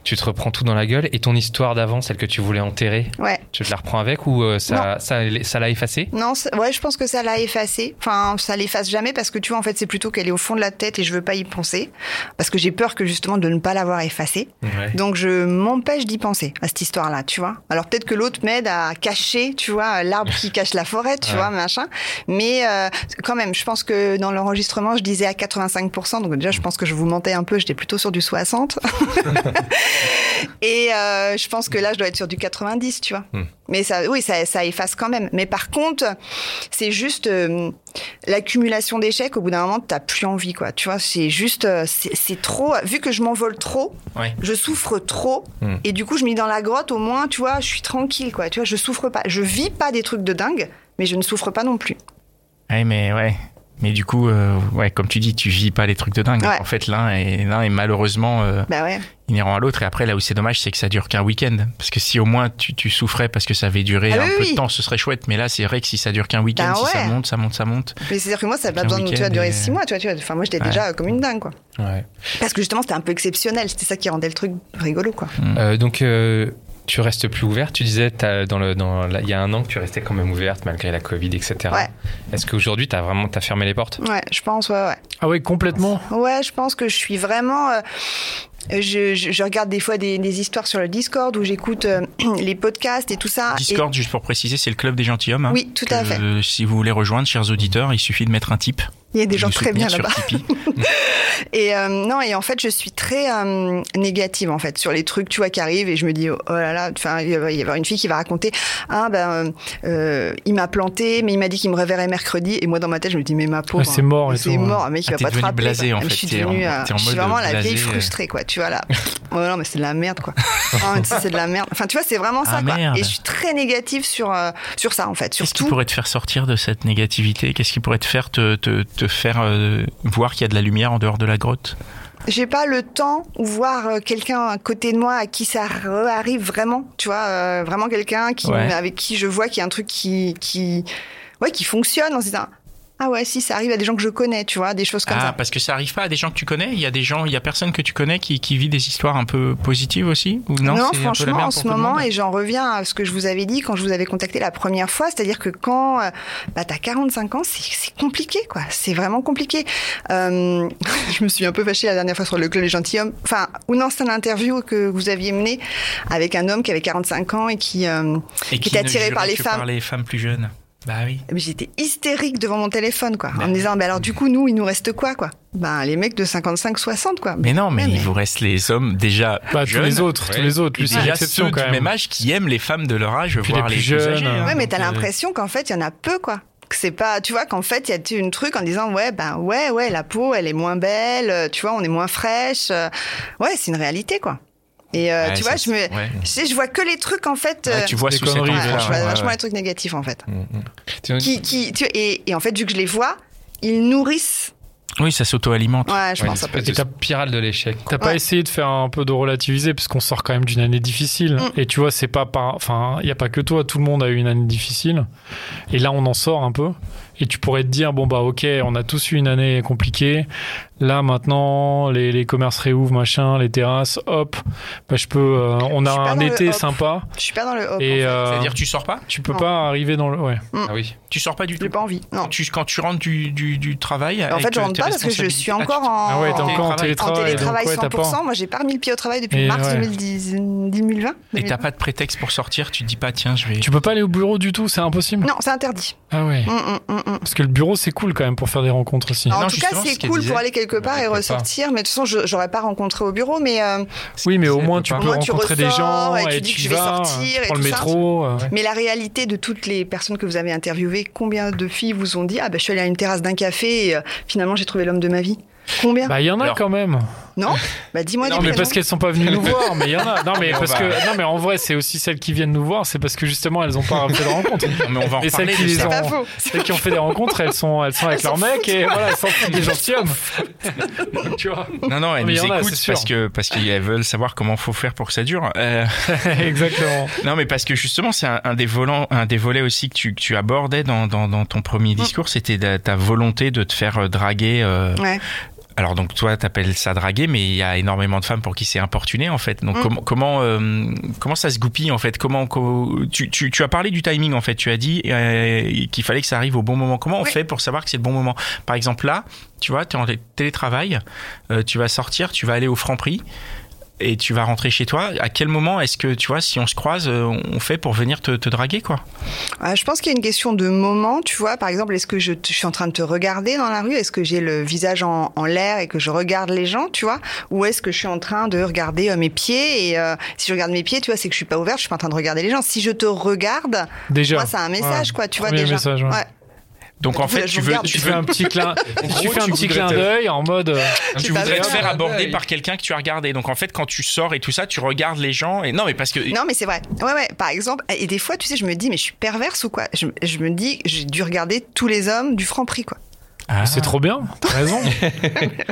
tu te reprends tout dans la gueule. Et ton histoire d'avant, celle que tu voulais enterrer,
Ouais.
tu te la reprends avec ou euh, ça, ça, ça l'a effacée
Non, c'est- ouais, je pense que ça l'a effacé. Enfin, ça l'efface jamais parce que tu vois, en fait, c'est plutôt qu'elle est au fond de la tête et je veux pas y penser. Parce que j'ai peur que justement de ne pas l'avoir effacée. Donc je m'empêche d'y penser à cette histoire-là, tu vois. Alors peut-être que l'autre m'aide à cacher, tu vois, l'arbre qui cache la forêt, tu
Ouais.
vois, machin. Mais euh, quand même, je pense que dans l'enregistrement, je disais à 85%, donc déjà je pense que je vous mentais un peu, j'étais plutôt sur du 60. Et euh, je pense que là, je dois être sur du 90, tu vois.
Hmm.
Mais ça, oui, ça, ça efface quand même. Mais par contre, c'est juste euh, l'accumulation d'échecs. Au bout d'un moment, t'as plus envie, quoi. Tu vois, c'est juste, euh, c'est c'est trop. Vu que je m'envole trop,
Ouais.
je souffre trop
Hmm.
et du coup je me mets dans la grotte au moins tu vois je suis tranquille quoi tu vois je souffre pas je vis pas des trucs de dingue mais je ne souffre pas non plus
Ouais, mais ouais. Mais du coup, euh, ouais, comme tu dis, tu vis pas les trucs de dingue.
Ouais.
En fait, l'un est, l'un est malheureusement euh,
bah ouais
inhérent à l'autre. Et après, là où c'est dommage, c'est que ça dure qu'un week-end. Parce que si au moins tu, tu souffrais parce que ça avait duré
Ah
un
oui,
peu
oui.
de temps, ce serait chouette. Mais là, c'est vrai que si ça dure qu'un week-end,
Bah
si ça
ouais.
monte, ça monte, ça monte.
mais c'est à dire que moi ça n'a pas
Avec un
besoin de tu vois,
week-end et-
durer six mois tu vois, tu vois enfin moi j'étais
Ouais.
déjà euh, comme une dingue quoi
Ouais.
parce que justement c'était un peu exceptionnel c'était ça qui rendait le truc rigolo quoi
Mm.
Euh, donc, euh, tu restes plus ouverte. Tu disais, t'as- dans le, dans la- il y a un an que tu restais quand même ouverte malgré la Covid, etc.
Ouais.
Est-ce qu'aujourd'hui, t'as vraiment t'as fermé les portes
ouais je pense ouais ouais
Ah ouais, complètement.
Ouais, je pense que je suis vraiment. euh, je, je- je regarde des fois des, des histoires sur le Discord où j'écoute euh, les podcasts et tout ça. Ah, et-
Discord, juste pour préciser, c'est le club des gentilshommes. hein,
Oui, tout à
que,
fait.
euh, Si vous voulez rejoindre, chers auditeurs, il suffit de mettre un type.
Il y a des gens très bien là-bas.
Sur Tipeee.
Et euh, non, et en fait, je suis très euh, négative en fait sur les trucs, tu vois, qui arrivent. Et je me dis, oh là là, enfin, il va y avoir une fille qui va raconter, ah ben, euh, euh, il m'a planté, mais il m'a dit qu'il me reverrait mercredi. Et moi, dans ma tête, je me dis, mais ma pauvre,
Ah, c'est mort et
c'est
tout, hein.
mort, mec, il
Ah,
va
t'es
pas te
devenue
rappeler.
blasée,
quoi.
en
Ah,
fait,
mais Je suis
t'es en-
devenue, euh,
t'es en
je suis
mode
vraiment la
blasée,
vieille
euh.
frustrée, quoi. Tu vois là, oh non, mais c'est de la merde, quoi. Ah, mais c'est de la merde. Enfin, tu vois, c'est vraiment
Ah,
ça, quoi.
merde.
Et je suis très négative sur euh, sur ça, en fait, sur
Qu'est-ce qui
tout.
pourrait te faire sortir de cette négativité Qu'est-ce qui pourrait te faire te, te, te faire euh, voir qu'il y a de la lumière en dehors de la grotte
j'ai pas le temps ou voir euh, quelqu'un à côté de moi à qui ça re- arrive vraiment, tu vois, euh, vraiment quelqu'un qui
Ouais.
avec qui je vois qu'il y a un truc qui qui ouais qui fonctionne en se disant ah ouais si ça arrive à des gens que je connais, tu vois, des choses comme
ah,
ça.
parce que ça arrive pas à des gens que tu connais Il y a des gens, il y a personne que tu connais qui, qui vit des histoires un peu positives aussi ou Non,
Non,
c'est un peu la
franchement,
merde
en
pour
ce
tout le
moment,
monde
et j'en reviens à ce que je vous avais dit quand je vous avais contacté la première fois, c'est-à-dire que quand euh, bah, t'as 45 ans, c'est c'est compliqué, quoi. C'est vraiment compliqué. Euh, je me suis un peu fâchée la dernière fois sur le club des gentilshommes. Enfin, ou non, c'est une interview que vous aviez menée avec un homme qui avait 45 ans et qui... euh,
Et
qui
ne
est attiré
jurait
par les
que
femmes.
Par les femmes plus jeunes. Bah oui.
mais J'étais hystérique devant mon téléphone, quoi. En me disant, bah, alors du coup, nous, il nous reste quoi, quoi Ben, les mecs de 55-60, quoi.
Mais non, mais,
Ouais, mais-
il vous reste les hommes déjà
Bah, tous
jeunes.
les autres, tous
Ouais.
les autres.
Et
Lui, c'est
déjà ceux
l'exception quand
du même
même.
âge qui aiment les femmes de leur âge,
Puis
voire
les
les
plus
plus
jeunes,
âgées,
hein.
hein.
Ouais, mais
Donc,
t'as
euh,
l'impression qu'en fait, il y en a peu, quoi. Que c'est pas, tu vois, qu'en fait, il y a une truc en disant, ouais, ben ouais, ouais, la peau, elle est moins belle, euh, tu vois, on est moins fraîche. euh, Ouais, c'est une réalité, quoi. Et euh,
Ouais,
tu vois,
ça,
je me,
c'est- ouais.
je sais, je vois que les trucs, en fait.
Ouais,
euh,
tu vois
des
sous cet
conneries,
ouais,
angle-là,
voilà,
je vois
ouais,
vachement
ouais.
les trucs négatifs, en fait.
Tu-
Qui, qui, tu, et, et en fait, vu que je les vois, ils nourrissent.
Oui, ça s'auto-alimente.
Ouais, je
Ouais,
pense. un peu.
espèce de Mm. spirale de l'échec. quoi.
T'as pas
Ouais.
essayé de faire un peu de relativiser parce qu'on sort quand même d'une année difficile.
Mm.
Et tu vois, c'est pas par. Enfin, il n'y a pas que toi, tout le monde a eu une année difficile. Et là, on en sort un peu. Et tu pourrais te dire, bon, bah, ok, on a tous eu une année compliquée. Là, maintenant, les, les commerces réouvrent, machin, les terrasses, hop. Bah, je peux. euh, on
Je
a
suis pas
un
dans le
été
hop.
sympa.
Je suis pas dans le hop. hein. en
Et
fait.
euh,
C'est-à-dire, tu sors pas
tu peux
Non.
pas arriver dans le. Ouais.
Ah oui.
Tu sors pas du tout.
J'ai pas envie. Non.
Tu, quand tu rentres du, du, du travail.
En
avec,
fait, je
euh,
rentre
tes
pas parce que je suis
responsabilités-
encore en.
Ah ouais, t'es
en
encore en
en
télétravail.
télétravail
donc, ouais, t'as pas-
100%. Moi, j'ai pas remis le pied au travail depuis
Et
mars
ouais.
2010, 2020.
Ah, tu- Et t'as pas de prétexte pour sortir, tu te dis pas, tiens, je vais.
Tu peux pas aller au bureau du tout, c'est impossible.
Mm. Non, c'est interdit.
Ah ouais.
Mm, mm, mm, mm.
Parce que le bureau, c'est cool quand même pour faire des rencontres aussi.
Non, en
Non,
tout cas,
justement,
c'est
ce qu'elle
cool
disait,
pour aller quelque part et
quelque part.
ressortir. Mais de toute façon, je- j'aurais pas rencontré au bureau, mais euh,
Oui, mais au
C'est-
moins
peut
tu
pas.
peux
Au moins, tu
rencontrer des gens
ressors et
et,
tu
tu,
dis que je vais
vas,
sortir
tu
et
prends le
tout ça.
métro. euh.
mais la réalité de toutes les personnes que vous avez interviewées, combien de filles vous ont dit ah ben je suis allée à une terrasse d'un café et euh, finalement j'ai trouvé l'homme de ma vie. Combien
Bah, il y en a
Alors-
quand même.
Non Bah dis-moi des
Non, bah. mais
prénoms.
parce qu'elles sont pas venues nous voir, mais il y en a. Non, mais
Mais on
parce que
va-
non, mais en vrai, c'est aussi celles qui viennent nous voir, c'est parce que justement, elles ont pas fait de rencontre.
Non, mais on va en
Et celles
reparler
qui
de
les
ça.
ont,
C'est pas faux.
celles qui ont fait des rencontres, elles sont, elles sont avec leur mec et voilà, elles s'en foutent des gentilshommes. tu vois
Non, non, elles
Mais
nous
il y en a,
écoutent
c'est sûr.
parce que parce qu'elles veulent savoir comment faut faire pour que ça dure. Euh,
Exactement.
non, mais parce que justement, c'est un, un des volants, un des volets aussi que tu, que tu abordais dans, dans, dans ton premier discours, c'était ta, ta volonté de te faire euh, draguer. euh,
Ouais.
Alors donc toi, t'appelles ça draguer, mais il y a énormément de femmes pour qui c'est importuné en fait. Donc
Mm.
comment comment euh, comment ça se goupille en fait Comment co- tu, tu, tu as parlé du timing en fait. Tu as dit euh, qu'il fallait que ça arrive au bon moment. Comment on
Oui.
fait pour savoir que c'est le bon moment Par exemple là, tu vois, t'es en télétravail, euh, tu vas sortir, tu vas aller au Franprix. Et tu vas rentrer chez toi. À quel moment est-ce que tu vois si on se croise, euh, on fait pour venir te, te draguer quoi
Ah, je pense qu'il y a une question de moment, tu vois. Par exemple, est-ce que je, te- je suis en train de te regarder dans la rue Est-ce que j'ai le visage en, en l'air et que je regarde les gens, tu vois Ou est-ce que je suis en train de regarder euh, mes pieds Et euh, si je regarde mes pieds, tu vois, c'est que je suis pas ouverte, je suis pas en train de regarder les gens. Si je te regarde,
Déjà.
moi, c'est un message,
Ouais.
quoi, tu vois
Premier
déjà.
message, ouais.
Ouais.
Donc
Bah,
en
du coup, là,
fait,
je
tu veux,
regarde.
Ah, tu
Tu
veux,
fais un petit clin, tu
gros,
fais un
tu
petit
voudrais
clin
te-
d'œil en mode. euh,
J'ai
Tu
pas
voudrais
vu.
te faire
Ouais.
aborder par quelqu'un que tu as regardé. Donc en fait, quand tu sors et tout ça, tu regardes les gens. Et non, mais parce que
Non, mais c'est vrai. Ouais, ouais. Par exemple, et des fois, tu sais, je me dis, mais je suis perverse ou quoi je, je me dis, j'ai dû regarder tous les hommes du franc prix, quoi.
Ah.
C'est trop bien. T'as raison.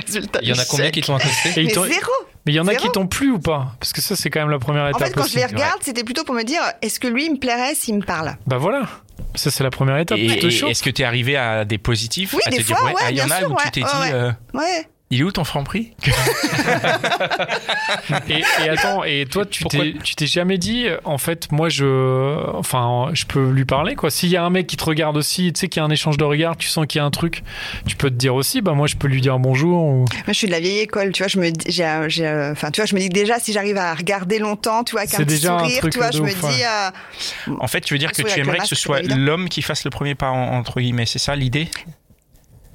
Résultat
Il y en a
du
combien
chèque.
qui t'ont accosté
Et ils
Mais
t'ont-
zéro
Mais il y en a
Zéro.
qui t'ont plu ou pas Parce que ça, c'est quand même la première
En
étape.
fait, quand je
aussi.
les regarde, c'était plutôt pour me dire, est-ce que lui, il me plairait s'il me parle
Bah voilà. Ça, c'est la première étape.
Et,
Tu te
et
chauffes.
est-ce que t'es arrivé à des positifs
Oui,
à
des
te
fois,
dire, ouais,
ouais,
ah, il y en
bien
a
sûr,
où
ouais,
tu t'es
ouais,
dit,
ouais.
euh,
Ouais.
il est où ton franc prix
Et, et attends, et toi, tu
Pourquoi
t'es, tu t'es jamais dit, euh, en fait, moi, je, enfin, je peux lui parler, quoi. S'il y a un mec qui te regarde aussi, tu sais qu'il y a un échange de regards, tu sens qu'il y a un truc, tu peux te dire aussi, bah moi, je peux lui dire bonjour. ou-
Moi, je suis de la vieille école, tu vois. Je me, dis- j'ai, un- j'ai, euh, enfin, tu vois, je me dis que déjà, si j'arrive à regarder longtemps, tu vois, avec
C'est
un petit
déjà un
sourire,
truc
tu vois,
de
je me
ouf,
dis,
ouais.
euh,
En fait, tu veux dire que
Ah, Oui,
tu
avec le
aimerais que ce
masque,
soit
évidemment.
l'homme qui fasse le premier pas en- entre guillemets. C'est ça l'idée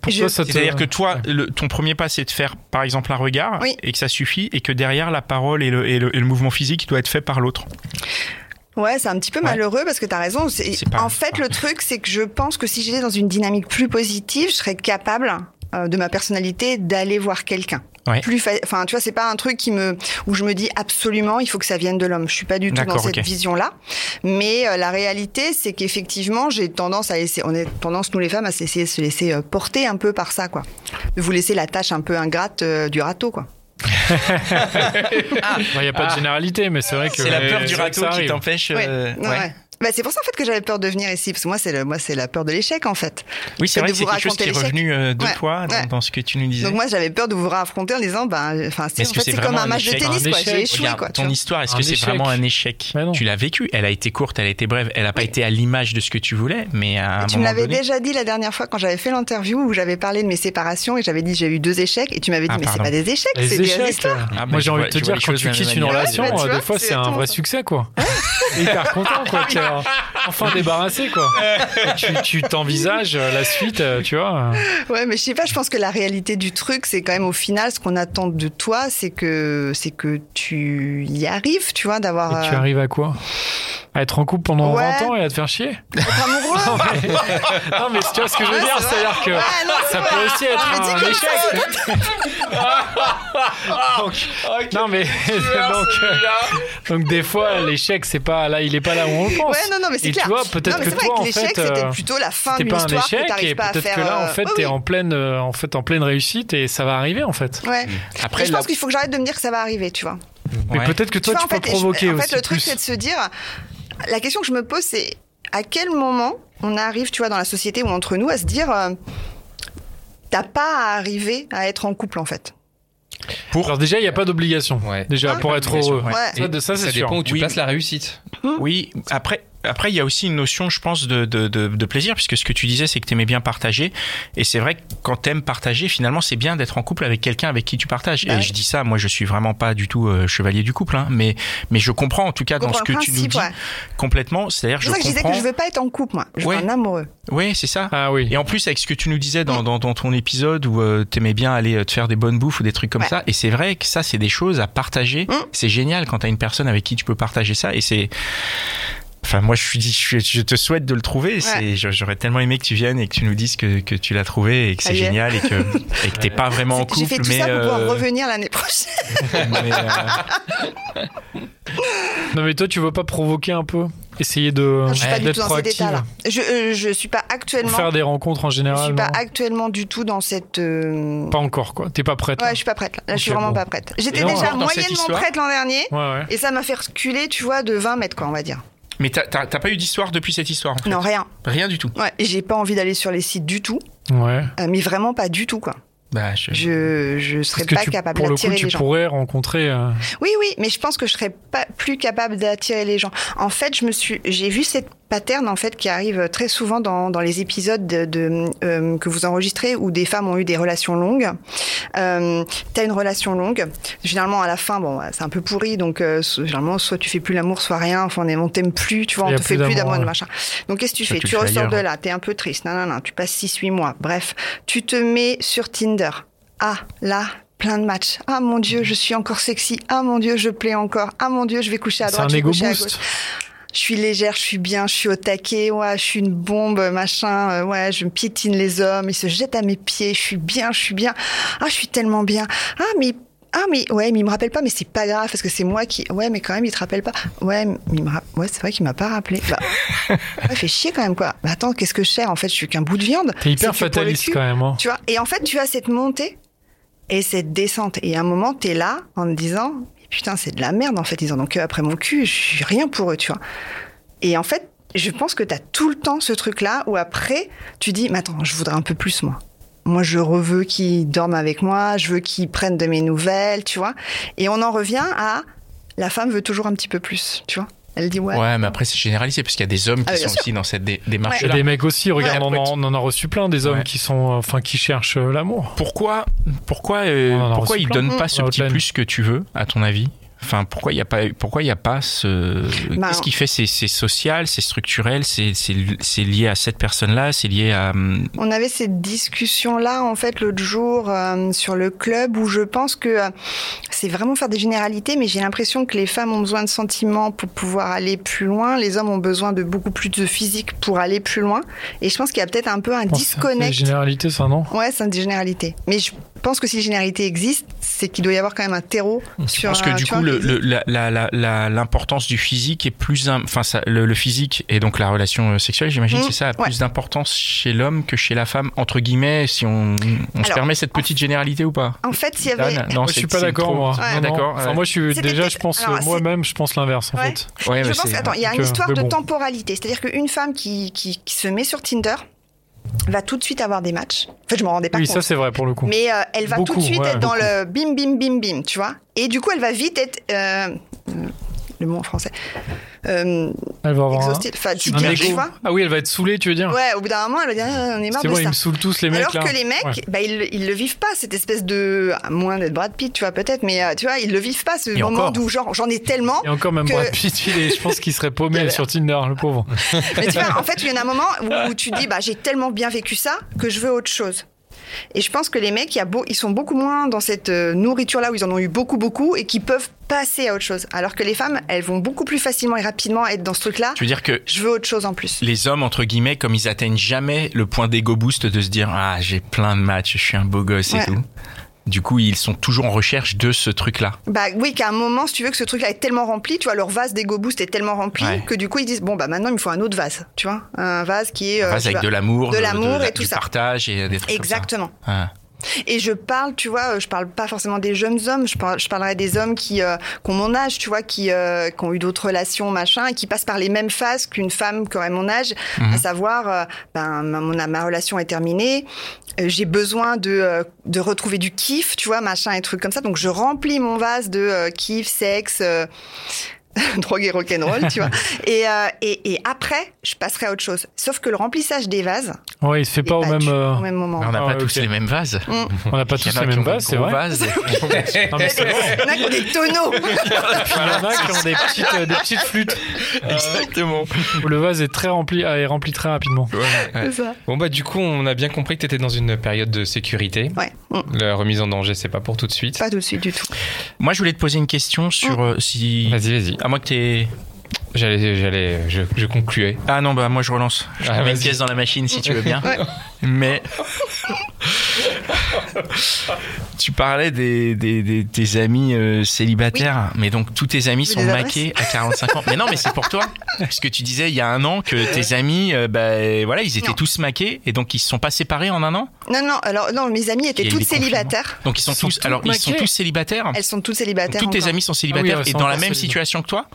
Pour
Je-
toi, ça te-
C'est-à-dire que toi, le- ton premier pas, c'est de faire par exemple un regard
Oui.
et que ça suffit et que derrière la parole et le, et le- et le mouvement physique doit être fait par l'autre.
ouais, c'est un petit peu
Ouais.
malheureux parce que t'as raison. C'est-
C'est pas-
en
c'est
fait,
pas-
le truc, c'est que je pense que si j'étais dans une dynamique plus positive, je serais capable euh, de ma personnalité d'aller voir quelqu'un.
Ouais.
Plus, fa- enfin, tu vois, c'est pas un truc qui me, où je me dis absolument, il faut que ça vienne de l'homme. Je suis pas du tout dans
D'accord,
cette
ok.
vision-là. Mais euh, la réalité, c'est qu'effectivement, j'ai tendance à laisser, on a tendance, nous les femmes, à s'essayer- se laisser euh, porter un peu par ça, quoi. De vous laisser la tâche un peu ingrate euh, du râteau, quoi.
Bah, Il n'y a pas de généralité, mais c'est vrai que.
C'est la peur
c'est
du
vrai que
râteau
ça
qui
arrive.
t'empêche.
Ouais.
euh,
Ouais,
ouais.
ouais. Bah, c'est pour ça en fait que j'avais peur de venir ici parce que moi c'est le moi c'est la peur de l'échec en fait.
Oui, c'est
Et
vrai
de
que c'est
vous
quelque chose
raconter
qui est
l'échec.
revenu euh, deux
Ouais,
fois dans-
ouais.
dans ce que tu nous disais.
Donc moi j'avais peur de vous affronter en disant bah enfin c'est
Mais
en
est-ce que
fait,
c'est
c'est comme
vraiment
un
un
match de
échec
tennis
Un
quoi,
échec,
j'ai échoué
Regarde,
quoi. tu
ton
vois.
histoire, est-ce
Un
que c'est
échec.
vraiment un échec
Mais non.
Tu l'as vécu, elle a été courte, elle a été brève, elle n'a pas été à l'image de ce que tu voulais, mais à un
Tu me
moment
l'avais
donné-
déjà dit la dernière fois quand j'avais fait l'interview où j'avais parlé de mes séparations et j'avais dit j'ai eu deux échecs et tu m'avais dit
Ah,
mais c'est
pardon.
pas des échecs,
Les
c'est des
échecs.
histoires.
Ah, bah,
Moi, j'ai
tu
envie
vois-
de te
tu vois
dire,
les
quand
choses
tu
d'un
quittes
même
une
avis.
relation,
Ouais, bah, tu
euh,
vois,
des fois,
c'est
c'est un vrai
exactement ça.
succès, quoi. Hyper content, quoi. T'es euh, enfin débarrassé, quoi. tu tu t'envisages euh, la suite, euh, tu vois.
Ouais, mais je sais pas, je pense que la réalité du truc, c'est quand même au final, ce qu'on attend de toi, c'est que, c'est que tu y arrives, tu vois, d'avoir.
Et tu
euh,
arrives à quoi À être en couple pendant
Ouais.
20 ans et à te faire chier
être amoureux.
Non, mais tu vois ce que je veux
Ouais,
dire,
c'est vrai.
c'est-à-dire que
Ouais, non, c'est
ça
vrai.
peut aussi
On
être
me dit
un
comme
échec. Donc- non, mais donc, euh, donc, des fois, l'échec, c'est pas là, il est pas là où on le pense.
Ouais, non, non, mais c'est
Et
clair.
tu vois,
Non,
peut-être
mais
que
c'est vrai
toi, en
que l'échec,
fait,
c'est
euh,
peut-être plutôt la fin
t'es
d'une
pas un
histoire que
échec et
t'arrives pas à
peut-être
faire.
que là, en
euh,
fait,
oui,
t'es
oui.
en pleine, euh, en fait, en pleine réussite et ça va arriver, en fait.
Ouais.
Après,
Et je
la-
pense qu'il faut que j'arrête de me dire que ça va arriver, tu vois.
Mais
Ouais.
peut-être que toi,
vois,
tu
en
peux
fait, je-
provoquer
En
aussi.
fait, le truc,
plus.
c'est de se dire. La question que je me pose, c'est à quel moment on arrive, tu vois, dans la société ou entre nous, à se dire. euh, T'as pas à arriver à être en couple, en fait.
Alors déjà, il n'y a pas d'obligation.
Ouais.
Déjà,
Ah,
pour
pas
être
d'obligation,
heureux.
ouais.
Et
Ça, de- ça, c'est sûr.
dépend où tu
Oui.
places la réussite.
Oui, après. Après, il y a aussi une notion, je pense, de, de, de, de plaisir, puisque ce que tu disais, c'est que tu aimais bien partager. Et c'est vrai que quand tu aimes partager, finalement, c'est bien d'être en couple avec quelqu'un avec qui tu partages.
Bah
et
ouais.
je dis ça, moi, je suis vraiment pas du tout euh, chevalier du couple, hein, mais, mais je comprends, en tout cas, dans
Comprends
ce que
le
tu nous
principe,
dis
ouais.
complètement. C'est-à-dire,
C'est
je
pour ça que je disais que
comprends.
je veux pas être en couple, moi. Je veux
Ouais.
un amoureux.
Oui, c'est ça.
Ah oui.
Et en plus, avec ce que tu nous disais dans, dans, dans ton épisode où euh, t'aimais bien aller euh, te faire des bonnes bouffes ou des trucs comme
Ouais. Mm.
ça, et c'est vrai que ça, c'est des choses à partager. C'est génial quand t'as une personne avec qui tu peux partager ça, et c'est. Enfin, moi, je, suis, je, suis- je te souhaite de le trouver. C'est- je- J'aurais tellement aimé que tu viennes et que tu nous dises que, que tu l'as trouvé et que
Ah,
c'est
yeah.
génial et que et que t'es pas vraiment en couple.
J'ai fait tout
mais,
ça pour pouvoir
euh,
revenir l'année prochaine.
mais, euh,
Non, mais toi, tu veux pas provoquer un peu Essayer de
je suis pas du
d'être
tout dans ces
proactive
détails-là. Je, euh, je suis pas
Ou
actuellement.
faire des rencontres en
Je
général
suis pas
non.
actuellement du tout dans cette. euh,
Pas encore, quoi. T'es pas prête.
Ouais,
là.
je suis pas prête. Là, Là, je suis
Ok,
vraiment
bon.
pas prête. J'étais
Et on
part
déjà
dans cette
moyennement
histoire
prête l'an dernier.
Ouais, ouais.
Et ça m'a fait reculer, tu vois, de 20 mètres, quoi, on va dire.
mais t'as- t'as t'as pas eu d'histoire depuis cette histoire, en fait.
Non, rien.
Rien du tout.
Ouais, et j'ai pas envie d'aller sur les sites du tout,
Ouais.
euh, mais vraiment pas du tout, quoi.
Bah, je-
Je, je serais
Parce que
pas
tu,
capable
pour le coup,
d'attirer
tu
les gens.
pourrais rencontrer. euh,
Oui, oui, mais je pense que je serais pas plus capable d'attirer les gens. En fait, je me suis, j'ai vu cette pattern en fait qui arrive très souvent dans, dans les épisodes de, de, euh, que vous enregistrez où des femmes ont eu des relations longues. Euh, T'as une relation longue, généralement à la fin, bon, bah, c'est un peu pourri, donc euh, so- généralement soit tu fais plus l'amour, soit rien. Enfin, on est- on t'aime plus, tu vois,
Y
on
a
te fait
plus
plus
d'amour,
d'amour,
ouais.
machin. Donc qu'est-ce que tu
Ça,
fais
tu
Tu,
le fais
ressors de
ailleurs.
là, t'es un peu triste, non, non, non, tu passes 6-8 mois, bref, tu te mets sur Tinder. Ah, là, plein de matchs. Ah mon Dieu, je suis encore sexy. Ah mon Dieu, je plais encore. Ah mon Dieu, je vais coucher à
C'est
droite.
un
je vais
ego
coucher à
boost.
gauche. Je suis légère, je suis bien, je suis au taquet, ouais, je suis une bombe, machin, euh, ouais, je me piétine les hommes, ils se jettent à mes pieds, je suis bien, je suis bien, ah, je suis tellement bien, ah, mais, ah, mais, ouais, mais il me rappelle pas, mais c'est pas grave, parce que c'est moi qui, ouais, mais quand même, il te rappelle pas, ouais, mais il me ra- ouais, c'est vrai qu'il m'a pas rappelé, bah, ouais, fait chier quand même, quoi, mais attends, qu'est-ce que je sers, en fait, je suis qu'un bout de viande,
T'es hyper
C'est que pour le
fataliste
cul.
quand même. hein.
tu vois, et en fait, tu as cette montée et cette descente. Et à un moment, tu es là en te disant Putain, c'est de la merde en fait. Ils en ont que après mon cul, je suis rien pour eux, tu vois. Et en fait, je pense que tu as tout le temps ce truc-là où après, tu dis Mais attends, je voudrais un peu plus, moi. Moi, je reveux qu'ils dorment avec moi, je veux qu'ils prennent de mes nouvelles, tu vois. Et on en revient à La femme veut toujours un petit peu plus, tu vois. Elle dit Ouais.
Ouais, mais après, c'est généralisé, parce qu'il y a des hommes qui
Ah, bien
sont
sûr.
aussi dans cette dé-
Il y a
démarche-là.
des mecs aussi, regarde,
Ouais,
on,
après,
en, on en a reçu plein des hommes
Ouais.
qui sont, euh, enfin, qui cherchent euh, l'amour.
Pourquoi, pourquoi, euh,
On en a
pourquoi
reçu
ils
plein.
donnent pas
Mmh.
ce
Dans
petit
Outline.
plus que tu veux, à ton avis Enfin, pourquoi il n'y a pas, pourquoi il y a pas ce,
Bah,
qu'est-ce qui fait c'est, c'est social, c'est structurel, c'est, c'est, c'est lié à cette personne-là, c'est lié à, hum,
On avait cette discussion-là, en fait, l'autre jour euh, sur le club, où je pense que euh, c'est vraiment faire des généralités, mais j'ai l'impression que les femmes ont besoin de sentiments pour pouvoir aller plus loin, les hommes ont besoin de beaucoup plus de physique pour aller plus loin, et je pense qu'il y a peut-être un peu un
Bon, c'est- c'est une
disconnect.
généralité, ça, non
Ouais, c'est une généralité. Mais je pense que si les généralités existent, c'est qu'il doit y avoir quand même un terreau
je
sur.
pense que
euh,
du
tu
coup,
vois,
le- le- la- la- la- la- l'importance du physique est plus, im- enfin ça- le, le physique et donc la relation euh, sexuelle, j'imagine,
Mm,
c'est ça, a
ouais.
plus d'importance chez l'homme que chez la femme entre guillemets, si on, on se
Alors,
permet cette
en-
petite généralité ou pas
En fait, il y avait.
Dan, non,
je
c'est-
suis pas
c'est
d'accord
trop-
moi.
Ah,
Ouais.
Non, non.
D'accord.
Enfin, moi je suis
C'était
déjà
peut-être-
je pense
alors,
euh,
c'est-
moi-même je pense l'inverse en
Ouais.
fait.
Ouais, mais
je pense,
c'est-
attends, il y a
un
une
truc, euh,
histoire
mais
de
bon.
temporalité. C'est-à-dire qu'une femme qui, qui, qui se met sur Tinder va tout de suite avoir des matchs. En fait, je m'en rendais pas
Oui,
compte.
ça c'est vrai pour le coup.
Mais euh, elle va tout
Beaucoup,
de suite
ouais,
être dans
beaucoup.
le bim, bim, bim, bim, tu vois. Et du coup, elle va vite être. euh, euh, le mot en français. Euh,
Elle va avoir un,
exhausted. Enfin,
un
tiquée,
égo.
tu vois.
Ah oui, elle va être saoulée, tu veux dire
Ouais, au bout d'un moment, elle va dire Ah, on est marre
C'est
de
bon, ils
ça.
me saoulent tous les mecs
Alors
là.
que les mecs,
Ouais.
bah, ils, ils le vivent pas, cette espèce de. À moins d'être Brad Pitt, tu vois, peut-être, mais euh, tu vois, ils le vivent pas, ce
Et
moment
encore.
d'où, genre, j'en ai tellement.
Et encore même
que-
Brad Pitt, il est- je pense qu'il serait paumé sur Tinder, le pauvre.
Mais tu vois, en fait, il y en a un moment où, où tu dis, bah, j'ai tellement bien vécu ça que je veux autre chose. Et je pense que les mecs, il y a beau, ils sont beaucoup moins dans cette euh, nourriture-là où ils en ont eu beaucoup, beaucoup et qui peuvent passer à autre chose. Alors que les femmes, elles vont beaucoup plus facilement et rapidement être dans ce truc-là.
Tu veux dire que
Je veux autre chose en plus.
les hommes entre guillemets, comme ils atteignent jamais le point d'ego boost de se dire ah j'ai plein de matchs, je suis un beau gosse
Ouais.
et tout. Du coup, ils sont toujours en recherche de ce truc-là.
Bah oui, qu'à un moment, si tu veux que ce truc-là est tellement rempli, tu vois, leur vase d'ego boost est tellement rempli
Ouais.
que du coup, ils disent, bon, bah maintenant, il me faut un autre vase, tu vois. Un vase qui est. euh,
Enfin,
tu
avec
vois,
de l'amour,
de l'amour
la-
et tout
du
ça.
partage et des trucs
Exactement.
comme ça. Ah. Ouais.
Ah,
Et je parle, tu vois, euh, je parle pas forcément des jeunes hommes, je, par- je parlerai des hommes qui, euh, qui ont mon âge, tu vois, qui, euh, qui ont eu d'autres relations, machin, et qui passent par les mêmes phases qu'une femme qui aurait mon âge,
Mhm.
à savoir, euh, ben, ma, mon- ma relation est terminée, euh, j'ai besoin de, euh, de retrouver du kiff, tu vois, machin et trucs comme ça. Donc je remplis mon vase de euh, kiff, sexe, euh, drogue et rock'n'roll, tu vois. Et, euh, et, et après, je passerai à autre chose. Sauf que le remplissage des vases,
Ouais, il se fait
n'est
pas au même.
du-
euh,
au même moment.
Mais on n'a
Ah
pas
ouais,
tous
ok.
les mêmes vases.
On n'a pas
Il y
tous
en a
les
qui
mêmes
ont des
bases, c'est
gros
vrai.
vases.
Non, mais c'est vrai.
Il y en a qui ont des tonneaux.
Puis Il y en a qui ont des petites, euh, des petites flûtes
Exactement.
où le vase est très rempli, ah, est rempli très rapidement.
Bon bah du coup on a bien compris que t'étais dans une période de sécurité.
Ouais. Mm.
La remise en danger c'est pas pour tout de suite.
Pas tout de suite du tout.
Moi, je voulais te poser une question sur euh, si.
Vas-y vas-y.
À moins que t'aies.
J'allais j'allais je, je concluais.
Ah non, bah moi je relance. Je te mets
Ah,
une
vas-y.
pièce dans la machine si tu veux bien.
Ouais.
Mais. tu parlais des, des, des- tes amis euh, célibataires. Mais donc, tous tes amis
Oui,
sont
des
maqués à 45 ans. Mais non, mais c'est pour toi. Parce que tu disais il y a un an que tes amis, euh, bah, voilà, ils étaient
Non.
tous maqués. Et donc, ils se sont pas séparés en un an.
Non, non, alors, non, mes amies
Il y
étaient
a eu
toutes
des confinements.
célibataires.
Donc, ils sont,
Ils sont
tous.
tous
Alors, ils sont
maqués. Ah
tous célibataires.
Elles sont toutes
Donc,
célibataires.
Toutes tes
encore.
amies sont célibataires
elles
et
sont
dans la
encore
même
célibataires.
situation que toi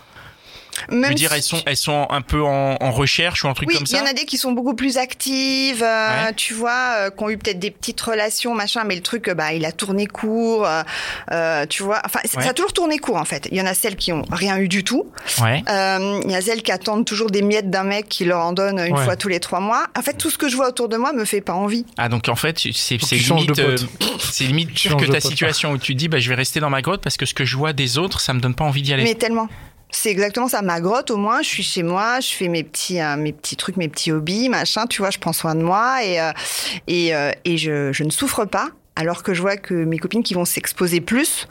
Je
Même
veux dire,
si-
elles sont, elles sont un peu en, en recherche ou un truc
Oui,
comme
il y
ça
en a des qui sont beaucoup plus actives, euh,
Ouais.
tu vois, euh, qui ont eu peut-être des petites relations, machin, mais le truc, euh, bah, il a tourné court, euh, euh, tu vois. Enfin, c-
Ouais.
ça a toujours tourné court, en fait. Il y en a celles qui ont rien eu du tout.
Ouais.
Euh, Il y a celles qui attendent toujours des miettes d'un mec qui leur en donne une
Ouais.
fois tous les trois mois. En fait, tout ce que je vois autour de moi me fait pas envie.
Ah, donc en fait, c'est c'est
tu changes
limite,
de
euh,
pote.
c'est limite
Tu
pire
changes
que
de
ta
pote.
situation où tu te dis bah, je vais rester dans ma grotte parce que ce que je vois des autres, ça me donne pas envie d'y aller.
Mais tellement. C'est exactement ça. Ma grotte, au moins, je suis chez moi, je fais mes petits, euh, mes petits trucs, mes petits hobbies, machin. Tu vois, je prends soin de moi et, euh, et, euh, et je, je ne souffre pas. Alors que je vois que mes copines qui vont s'exposer plus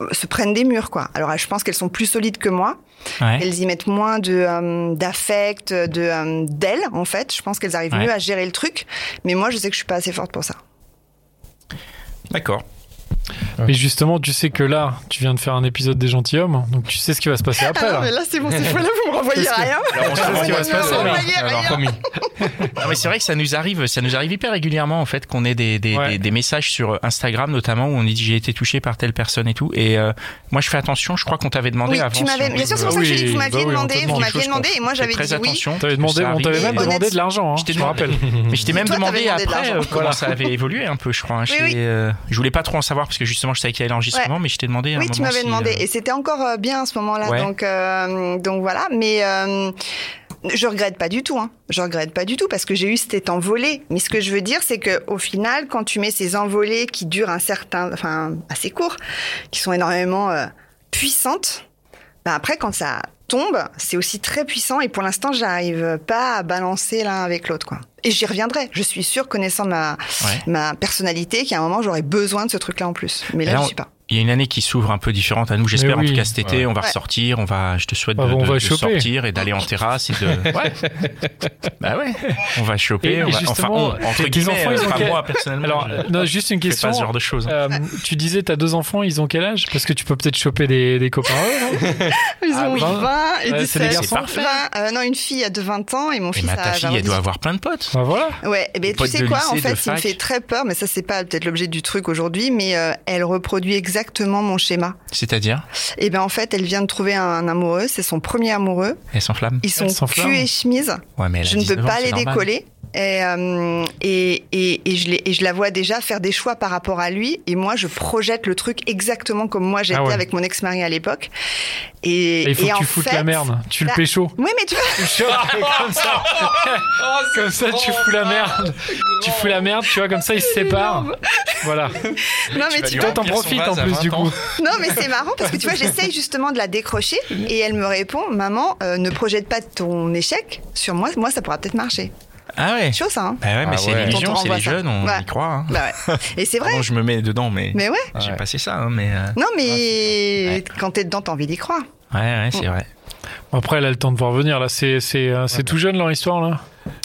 euh, se prennent des murs, quoi. Alors, je pense qu'elles sont plus solides que moi.
Ouais.
Elles y mettent moins de euh, d'affect, de euh, d'elles, en fait. Je pense qu'elles arrivent
Ouais.
mieux à gérer le truc. Mais moi, je sais que je suis pas assez forte pour ça.
D'accord. euh,
Mais justement, tu sais que là, tu viens de faire un épisode des gentilshommes, donc tu sais ce qui va se passer après.
Ah non,
là.
mais là, c'est bon, cette fois-là, vous me renvoyez
Qu'est-ce que-
rien.
Alors, on se-
Qu'est-ce qui
on-
va se passer,
Alors,
là
Alors promis.
Non, mais c'est vrai que ça nous arrive, ça nous arrive hyper régulièrement en fait qu'on ait des, des,
Ouais.
des, des messages sur Instagram notamment où on dit j'ai été touché par telle personne et tout. Et euh, moi je fais attention, je crois qu'on t'avait demandé
Oui,
avant.
tu
si
m'avais.
on
Bien sûr, c'est
peut-
pour ça que je dis que vous
Bah oui,
m'aviez
bah oui, on te
demandé, vous
demande des
m'aviez
Chose
demandé,
qu'on
et moi
fait
j'avais
très
dit oui.
attention.
T'avais demandé,
Ça
on t'avait
arrive.
même demandé de l'argent, hein,
Je t'ai
je me rappelle.
Mais je t'ai même
Toi, t'avais
demandé
demandé de
après
l'argent.
euh, comment ça avait évolué un peu, je crois. hein,
Oui,
chez,
oui.
euh, je voulais pas trop en savoir parce que justement je savais qu'il y avait l'enregistrement, mais je t'ai demandé. à un
Oui, tu
moment
m'avais
si,
demandé.
euh,
Et c'était encore euh, bien à ce moment-là.
Ouais.
Donc, euh, donc voilà. Mais euh, je regrette pas du tout. Hein. Je regrette pas du tout parce que j'ai eu cet envolée. Mais ce que je veux dire, c'est que au final, quand tu mets ces envolées qui durent un certain, enfin assez court, qui sont énormément euh, puissantes, ben après quand ça tombe, c'est aussi très puissant. Et pour l'instant, j'arrive pas à balancer l'un avec l'autre, quoi. Et j'y reviendrai. Je suis sûre, connaissant ma
euh, Ouais.
ma personnalité, qu'à un moment j'aurai besoin de ce truc-là en plus. Mais là,
Et là,
je
on-
suis pas.
il y a une année qui s'ouvre un peu différente à nous. J'espère
Mais oui.
en tout cas cet été,
Ouais.
on va
Ouais.
ressortir. On va, je te souhaite
Ah
de,
bon, on
de-
va
de
choper.
sortir et d'aller en terrasse et de. Ouais. bah ouais. On va choper.
Et- et
on va- enfin,
justement,
on,
tes
entre guillemets.
enfants, ils
euh,
ont
enfin,
quel-
moi personnellement.
Alors,
je
euh, non, juste une
fais
question.
pas ce genre de choses.
Euh, tu disais, t'as deux enfants, ils ont quel âge Parce que tu peux peut-être choper des, des copains à eux, non
Ils ont
Ah,
20 et
Ouais, c'est des
17.
garçons.
bah, C'est parfait.
20, euh, non, une fille a de 20 ans et mon
Et
fils
ma
a
ta fille,
20
elle doit avoir plein de potes.
Bah voilà.
Ouais, eh ben,
Des
tu
potes
sais
de
quoi, en
lycée,
fait,
de
il me fait
fac.
très peur, mais ça, c'est pas peut-être l'objet du truc aujourd'hui, mais euh, elle reproduit exactement mon schéma.
C'est-à-dire,
Et ben en fait, elle vient de trouver un, un amoureux, c'est son premier amoureux.
elles s'enflamment.
Ils sont
Elle s'enflamme.
cul et chemise,
Ouais, mais elle a
je ne peux
19 ans,
pas
c'est
les
normal.
décoller. Et, euh, et, et, et je les- et je la vois déjà faire des choix par rapport à lui, et moi, je projette le truc exactement comme moi j'étais
Ah ouais.
avec mon ex-mari à l'époque. Et,
Et il faut
et
que
en
tu foutes
fait-
la merde. Tu le
bah-
pécho.
Oui, mais tu vois,
comme ça. comme ça, tu fous la merde. Tu fous la merde, tu vois, comme ça, ils se séparent. Voilà.
non, mais
vas
tu
lui
vois,
Toi, t'en
remplir son
profites en
vase à
plus, du
20 ans.
coup.
Non, mais c'est marrant parce que tu vois, j'essaye justement de la décrocher et elle me répond Maman, euh, ne projette pas ton échec sur moi, moi ça pourra peut-être marcher.
Ah ouais.
C'est chaud ça, hein
Bah ouais, mais
Ah
c'est
ouais.
l'illusion,
Quand on
c'est les
renvoie ça.
jeunes, on
Ouais.
y croit. hein.
Bah ouais. Et c'est vrai.
Bon, je me mets dedans, mais
Mais ouais.
j'ai
Ouais.
passé ça. hein, mais euh,
Non,
Ah,
mais
Ouais.
quand t'es dedans, t'as envie d'y croire.
ouais, ouais, c'est vrai.
Après, elle a le temps de voir venir. Là, c'est c'est, euh, c'est tout jeune leur histoire, là.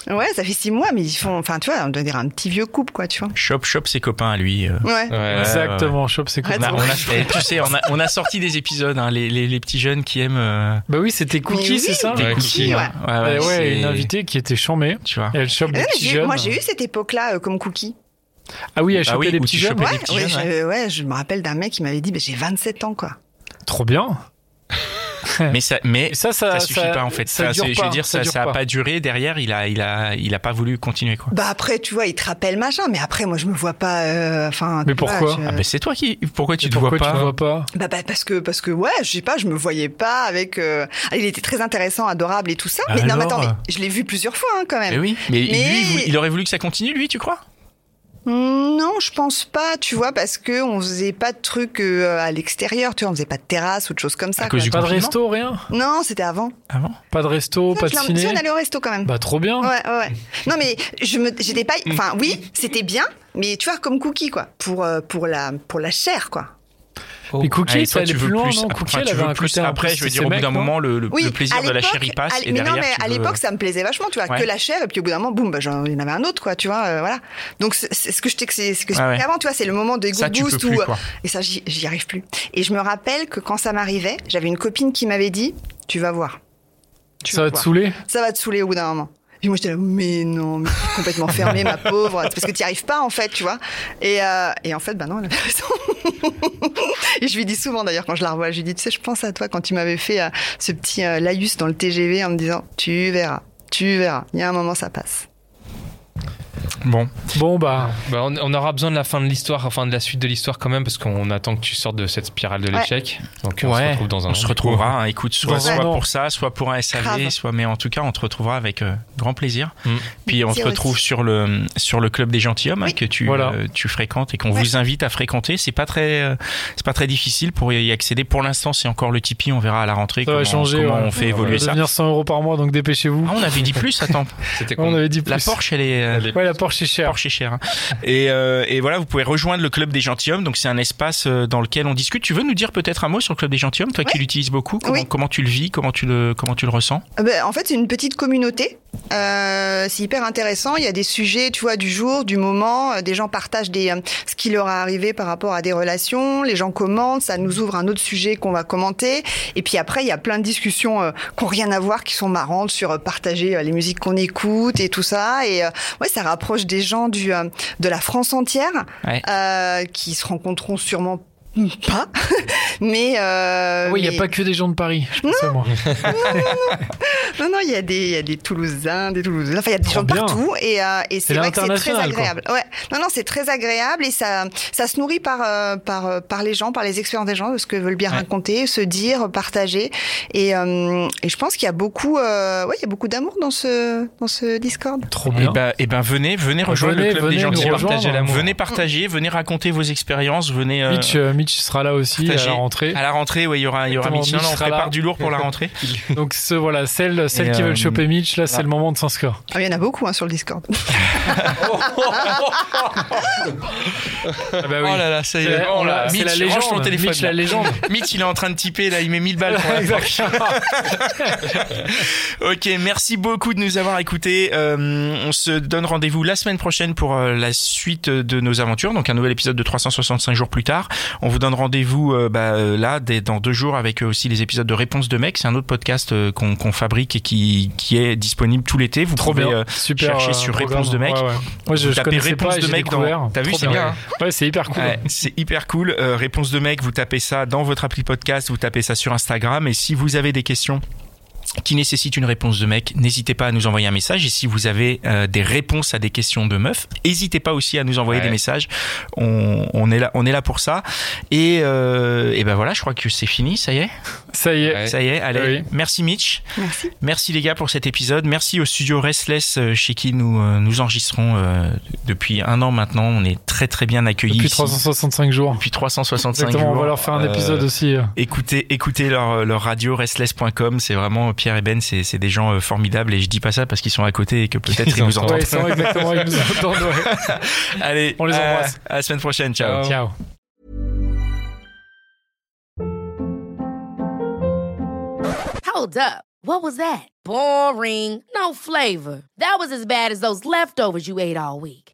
Ouais, ça fait six mois, mais ils font. Enfin, tu vois, on doit dire un petit vieux couple, quoi, tu vois.
Chope, chope ses copains à lui. euh.
Ouais.
Ouais.
Exactement. Chope, c'est cool.
Ouais,
Bah, On a- on a-
Ouais.
et tu sais, on a, on a sorti des épisodes, hein, les, les- les petits jeunes qui aiment euh,
Bah oui, c'était Cookie,
oui.
c'est ça
Ouais,
les cookies.
cookies,
hein.
Eh Ouais,
c'est-
ouais, une invitée qui était chambée.
Tu vois.
Et elle chope
Ouais,
des
mais
petits
j'ai-
jeunes. hein.
moi, j'ai eu cette époque-là euh, comme cookie.
Ah oui, elle
Ah
chopait
oui,
des
où
petits
tu
jeunes.
chopais
Ouais,
des petits
ouais,
jeunes,
je, ouais, je me rappelle d'un mec qui m'avait dit bah, J'ai 27 ans, quoi.
Trop bien.
Mais ça, mais
Et ça, ça,
ça suffit pas en fait.
Ça,
Ça,
dure
c'est-
pas,
je veux dire, ça,
dure
ça a
pas.
pas duré. Derrière, il a, il a, il a pas voulu continuer quoi.
Bah, après, tu vois, il te rappelle machin, mais après, moi, je me vois pas. euh, Enfin.
Mais
tu vois,
pourquoi
je-
Ah, bah, c'est toi qui. Pourquoi tu
Et
te vois
pourquoi tu
pas
vois pas
Bah, bah, parce que parce que ouais, je sais pas, je me voyais pas avec. euh, ah, Il était très intéressant, adorable et tout ça. mais non, mais
Alors
attends, mais je l'ai vu plusieurs fois hein, quand même.
Mais Eh oui. Mais, lui,
Mais-
il voulait- il aurait voulu que ça continue, lui, tu crois
Hmm, Non, je pense pas, tu vois, parce que on faisait pas de trucs euh, à l'extérieur, tu vois, on faisait pas de terrasse ou de choses comme ça.
À cause
quoi.
Du
Pas de
confinement
resto, rien
Non, c'était avant.
Avant.
Pas de resto,
Ça,
pas
je
de
l'ai- si,
ciné
on allait au resto quand même.
Bah trop bien.
Ouais, ouais, ouais. Non, mais je me, j'étais pas.
Mm.
Enfin, oui, c'était bien, mais tu vois, comme cookie, quoi, pour euh, pour la pour la chair, quoi.
Mais Cookie,
Ah, et
ça
toi,
allait
tu
plus
veux
loin,
plus.
non Cookie,
Enfin,
elle
tu
avait
veux
un
plus.
côté un peu
Après, je veux dire, au bout
systémique,
d'un
non
moment, le, le-
Oui,
le plaisir
à
de la
l'époque-
chair il passe.
à-
et
mais
derrière,
non, mais
tu
à
veux-
l'époque, ça me plaisait vachement, tu vois,
Ouais.
que la chair, et puis au bout d'un moment, boum, bah, j'en- il y en avait un autre, quoi, tu vois, euh, voilà. Donc, c'est c'est ce que je t'ai c'est ce que
Ah ouais.
avant, tu vois, c'est le moment des
ça,
good
tu peux
boost
plus
où,
quoi.
et ça, j'y j'y arrive plus. Et je me rappelle que quand ça m'arrivait, j'avais une copine qui m'avait dit, tu vas voir. Tu
Ça
vas
va te
voir.
saouler
Ça va te saouler au bout d'un moment. Et moi, j'étais là, mais non, mais t'es complètement fermée, ma pauvre. C'est parce que t'y arrives pas, en fait, tu vois. Et, euh, et en fait, bah non, elle avait raison. et je lui dis souvent, d'ailleurs, quand je la revois, je lui dis, tu sais, je pense à toi quand tu m'avais fait euh, ce petit euh, laïus dans le TGV en me disant, tu verras, tu verras. Il y a un moment, ça passe.
Bon.
Bon bah,
Bah, on, on aura besoin de la fin de l'histoire, enfin de la suite de l'histoire quand même, parce qu'on attend que tu sortes de cette spirale de
Ouais.
l'échec. Donc on se retrouve dans un
on
an,
se
du coup.
retrouvera. hein, écoute, soit,
Dans un
soit
an.
pour ça, soit pour un SAV,
Grave.
soit. Mais en tout cas, on te retrouvera avec euh, grand plaisir.
Mm.
Puis on se
Plaisir
retrouve
aussi.
sur le sur le club des gentilshommes hein, que tu
Voilà.
euh, tu fréquentes et qu'on
Ouais.
vous invite à fréquenter. C'est pas très euh, c'est pas très difficile pour y accéder. Pour l'instant, c'est encore le Tipeee. On verra à la rentrée
ça
comment,
va changer.
comment
ouais.
on fait évoluer
va
ça.
devenir 100 euros par mois, donc dépêchez-vous.
Ah, on avait dit plus. Attends,
C'était
On
con.
avait dit plus.
la Porsche, elle est. euh,
Ouais, la Porsche est chère.
Porsche est cher. hein. Et, euh, et voilà, vous pouvez rejoindre le Club des Gentilhommes. Donc, c'est un espace euh, dans lequel on discute. Tu veux nous dire peut-être un mot sur le Club des Gentilhommes, toi qui l'utilises beaucoup comment,
Oui.
comment tu le vis Comment tu le, comment tu le ressens
Euh, ben, en fait, c'est une petite communauté. Euh, c'est hyper intéressant. Il y a des sujets, tu vois, du jour, du moment. Euh, Des gens partagent des, euh, ce qui leur est arrivé par rapport à des relations. Les gens commentent. Ça nous ouvre un autre sujet qu'on va commenter. Et puis après, il y a plein de discussions euh, qui n'ont rien à voir, qui sont marrantes sur euh, partager euh, les musiques qu'on écoute et tout ça. Et euh, ouais, ça rapproche des gens du, euh, de la France entière
Ouais.
euh, qui se rencontreront sûrement pas. mais euh,
Oui, il n'y
mais-
a pas que des gens de Paris. Je pensais, moi.
Non, non, il y a des, il y a des Toulousains, des Toulousains. Enfin, il y a des
Trop
gens de
bien.
partout. Et, euh, et c'est
C'est
vrai que c'est très
l'international, quoi.
agréable. Ouais. Non, non, c'est très agréable et ça, ça se nourrit par, euh, par, euh, par les gens, par les expériences des gens, de ce que veulent bien
Ouais.
raconter, se dire, partager. Et, euh, et je pense qu'il y a beaucoup, euh, ouais, il y a beaucoup d'amour dans ce, dans ce Discord.
Trop
Eh
bien.
ben, eh ben, venez, venez rejoindre
Venez,
le Club
venez
des
nous
Gentilhommes.
rejoindre.
Venez partager, venez raconter vos expériences, venez. euh,
Mitch, euh, Mitch sera là aussi.
partager.
Alors, on rentrée.
À la rentrée, ouais, il y aura, il y aura
Exactement,
Mitch.
Mitch
Non, non, on
sera
prépare
là.
du lourd pour la rentrée.
Donc ce, voilà, celles, celles
Et,
qui
euh,
veulent choper Mitch, là, c'est
là.
le moment de s'inscrire.
Ah, Il y en a beaucoup hein, sur le Discord.
Ah bah
Oh là là, ça y est.
C'est on l'a- c'est
Mitch,
la
range ton
légende.
téléphone.
Mitch, la
là.
légende.
Mitch, il est en train de typer, là, il met 1000 balles pour la Ok, merci beaucoup de nous avoir écoutés. Euh, on se donne rendez-vous la semaine prochaine pour euh, la suite de nos aventures, donc un nouvel épisode de 365 jours plus tard. On vous donne rendez-vous euh, bah, euh, là, dès, dans deux jours, avec euh, aussi les épisodes de Réponse de Mec. C'est un autre podcast euh, qu'on qu'on fabrique et qui, qui est disponible tout l'été. Vous
Trop
pouvez
bien.
euh,
Super.
chercher
euh,
sur
programme.
Réponse de Mec.
Ouais, ouais. Moi, je,
Vous
je
tapez
connaissais
Réponse
pas.
de
et j'ai
Mec dans-
découvert.
T'as vu,
Trop
c'est bien, hein.
Ouais, c'est hyper cool.
Ouais, c'est hyper cool. Euh, réponse de mec, vous tapez ça dans votre appli podcast, vous tapez ça sur Instagram. Et si vous avez des questions qui nécessitent une réponse de mec, n'hésitez pas à nous envoyer un message. Et si vous avez euh, des réponses à des questions de meuf, n'hésitez pas aussi à nous envoyer
Ouais.
des messages. On, on est là, on est là pour ça. Et, euh, et ben voilà, je crois que c'est fini. Ça y est,
Ça y est.
Ouais.
ça y est. Allez,
Oui.
merci Mitch.
Merci.
Merci les gars pour cet épisode. Merci au studio Restless euh, chez qui nous euh, nous enregistrons euh, depuis un an maintenant. On est très très bien accueillis.
Depuis
ici.
365 jours.
Depuis 365
Exactement,
jours.
on va leur faire un
Euh,
épisode aussi. euh.
Écoutez, écoutez leur, leur radio restless.com, c'est vraiment Pierre et Ben, c'est c'est des gens euh, formidables et je dis pas ça parce qu'ils sont à côté et que peut-être ils,
Ils
nous
entendent.
entendent.
Ouais, ils sont exactement, ils nous entendent, ouais.
Allez,
On les
à-
embrasse.
À, la semaine prochaine, ciao.
Ciao.
Hold up. What was that? Boring. No flavor. That was as bad as those leftovers you ate all week.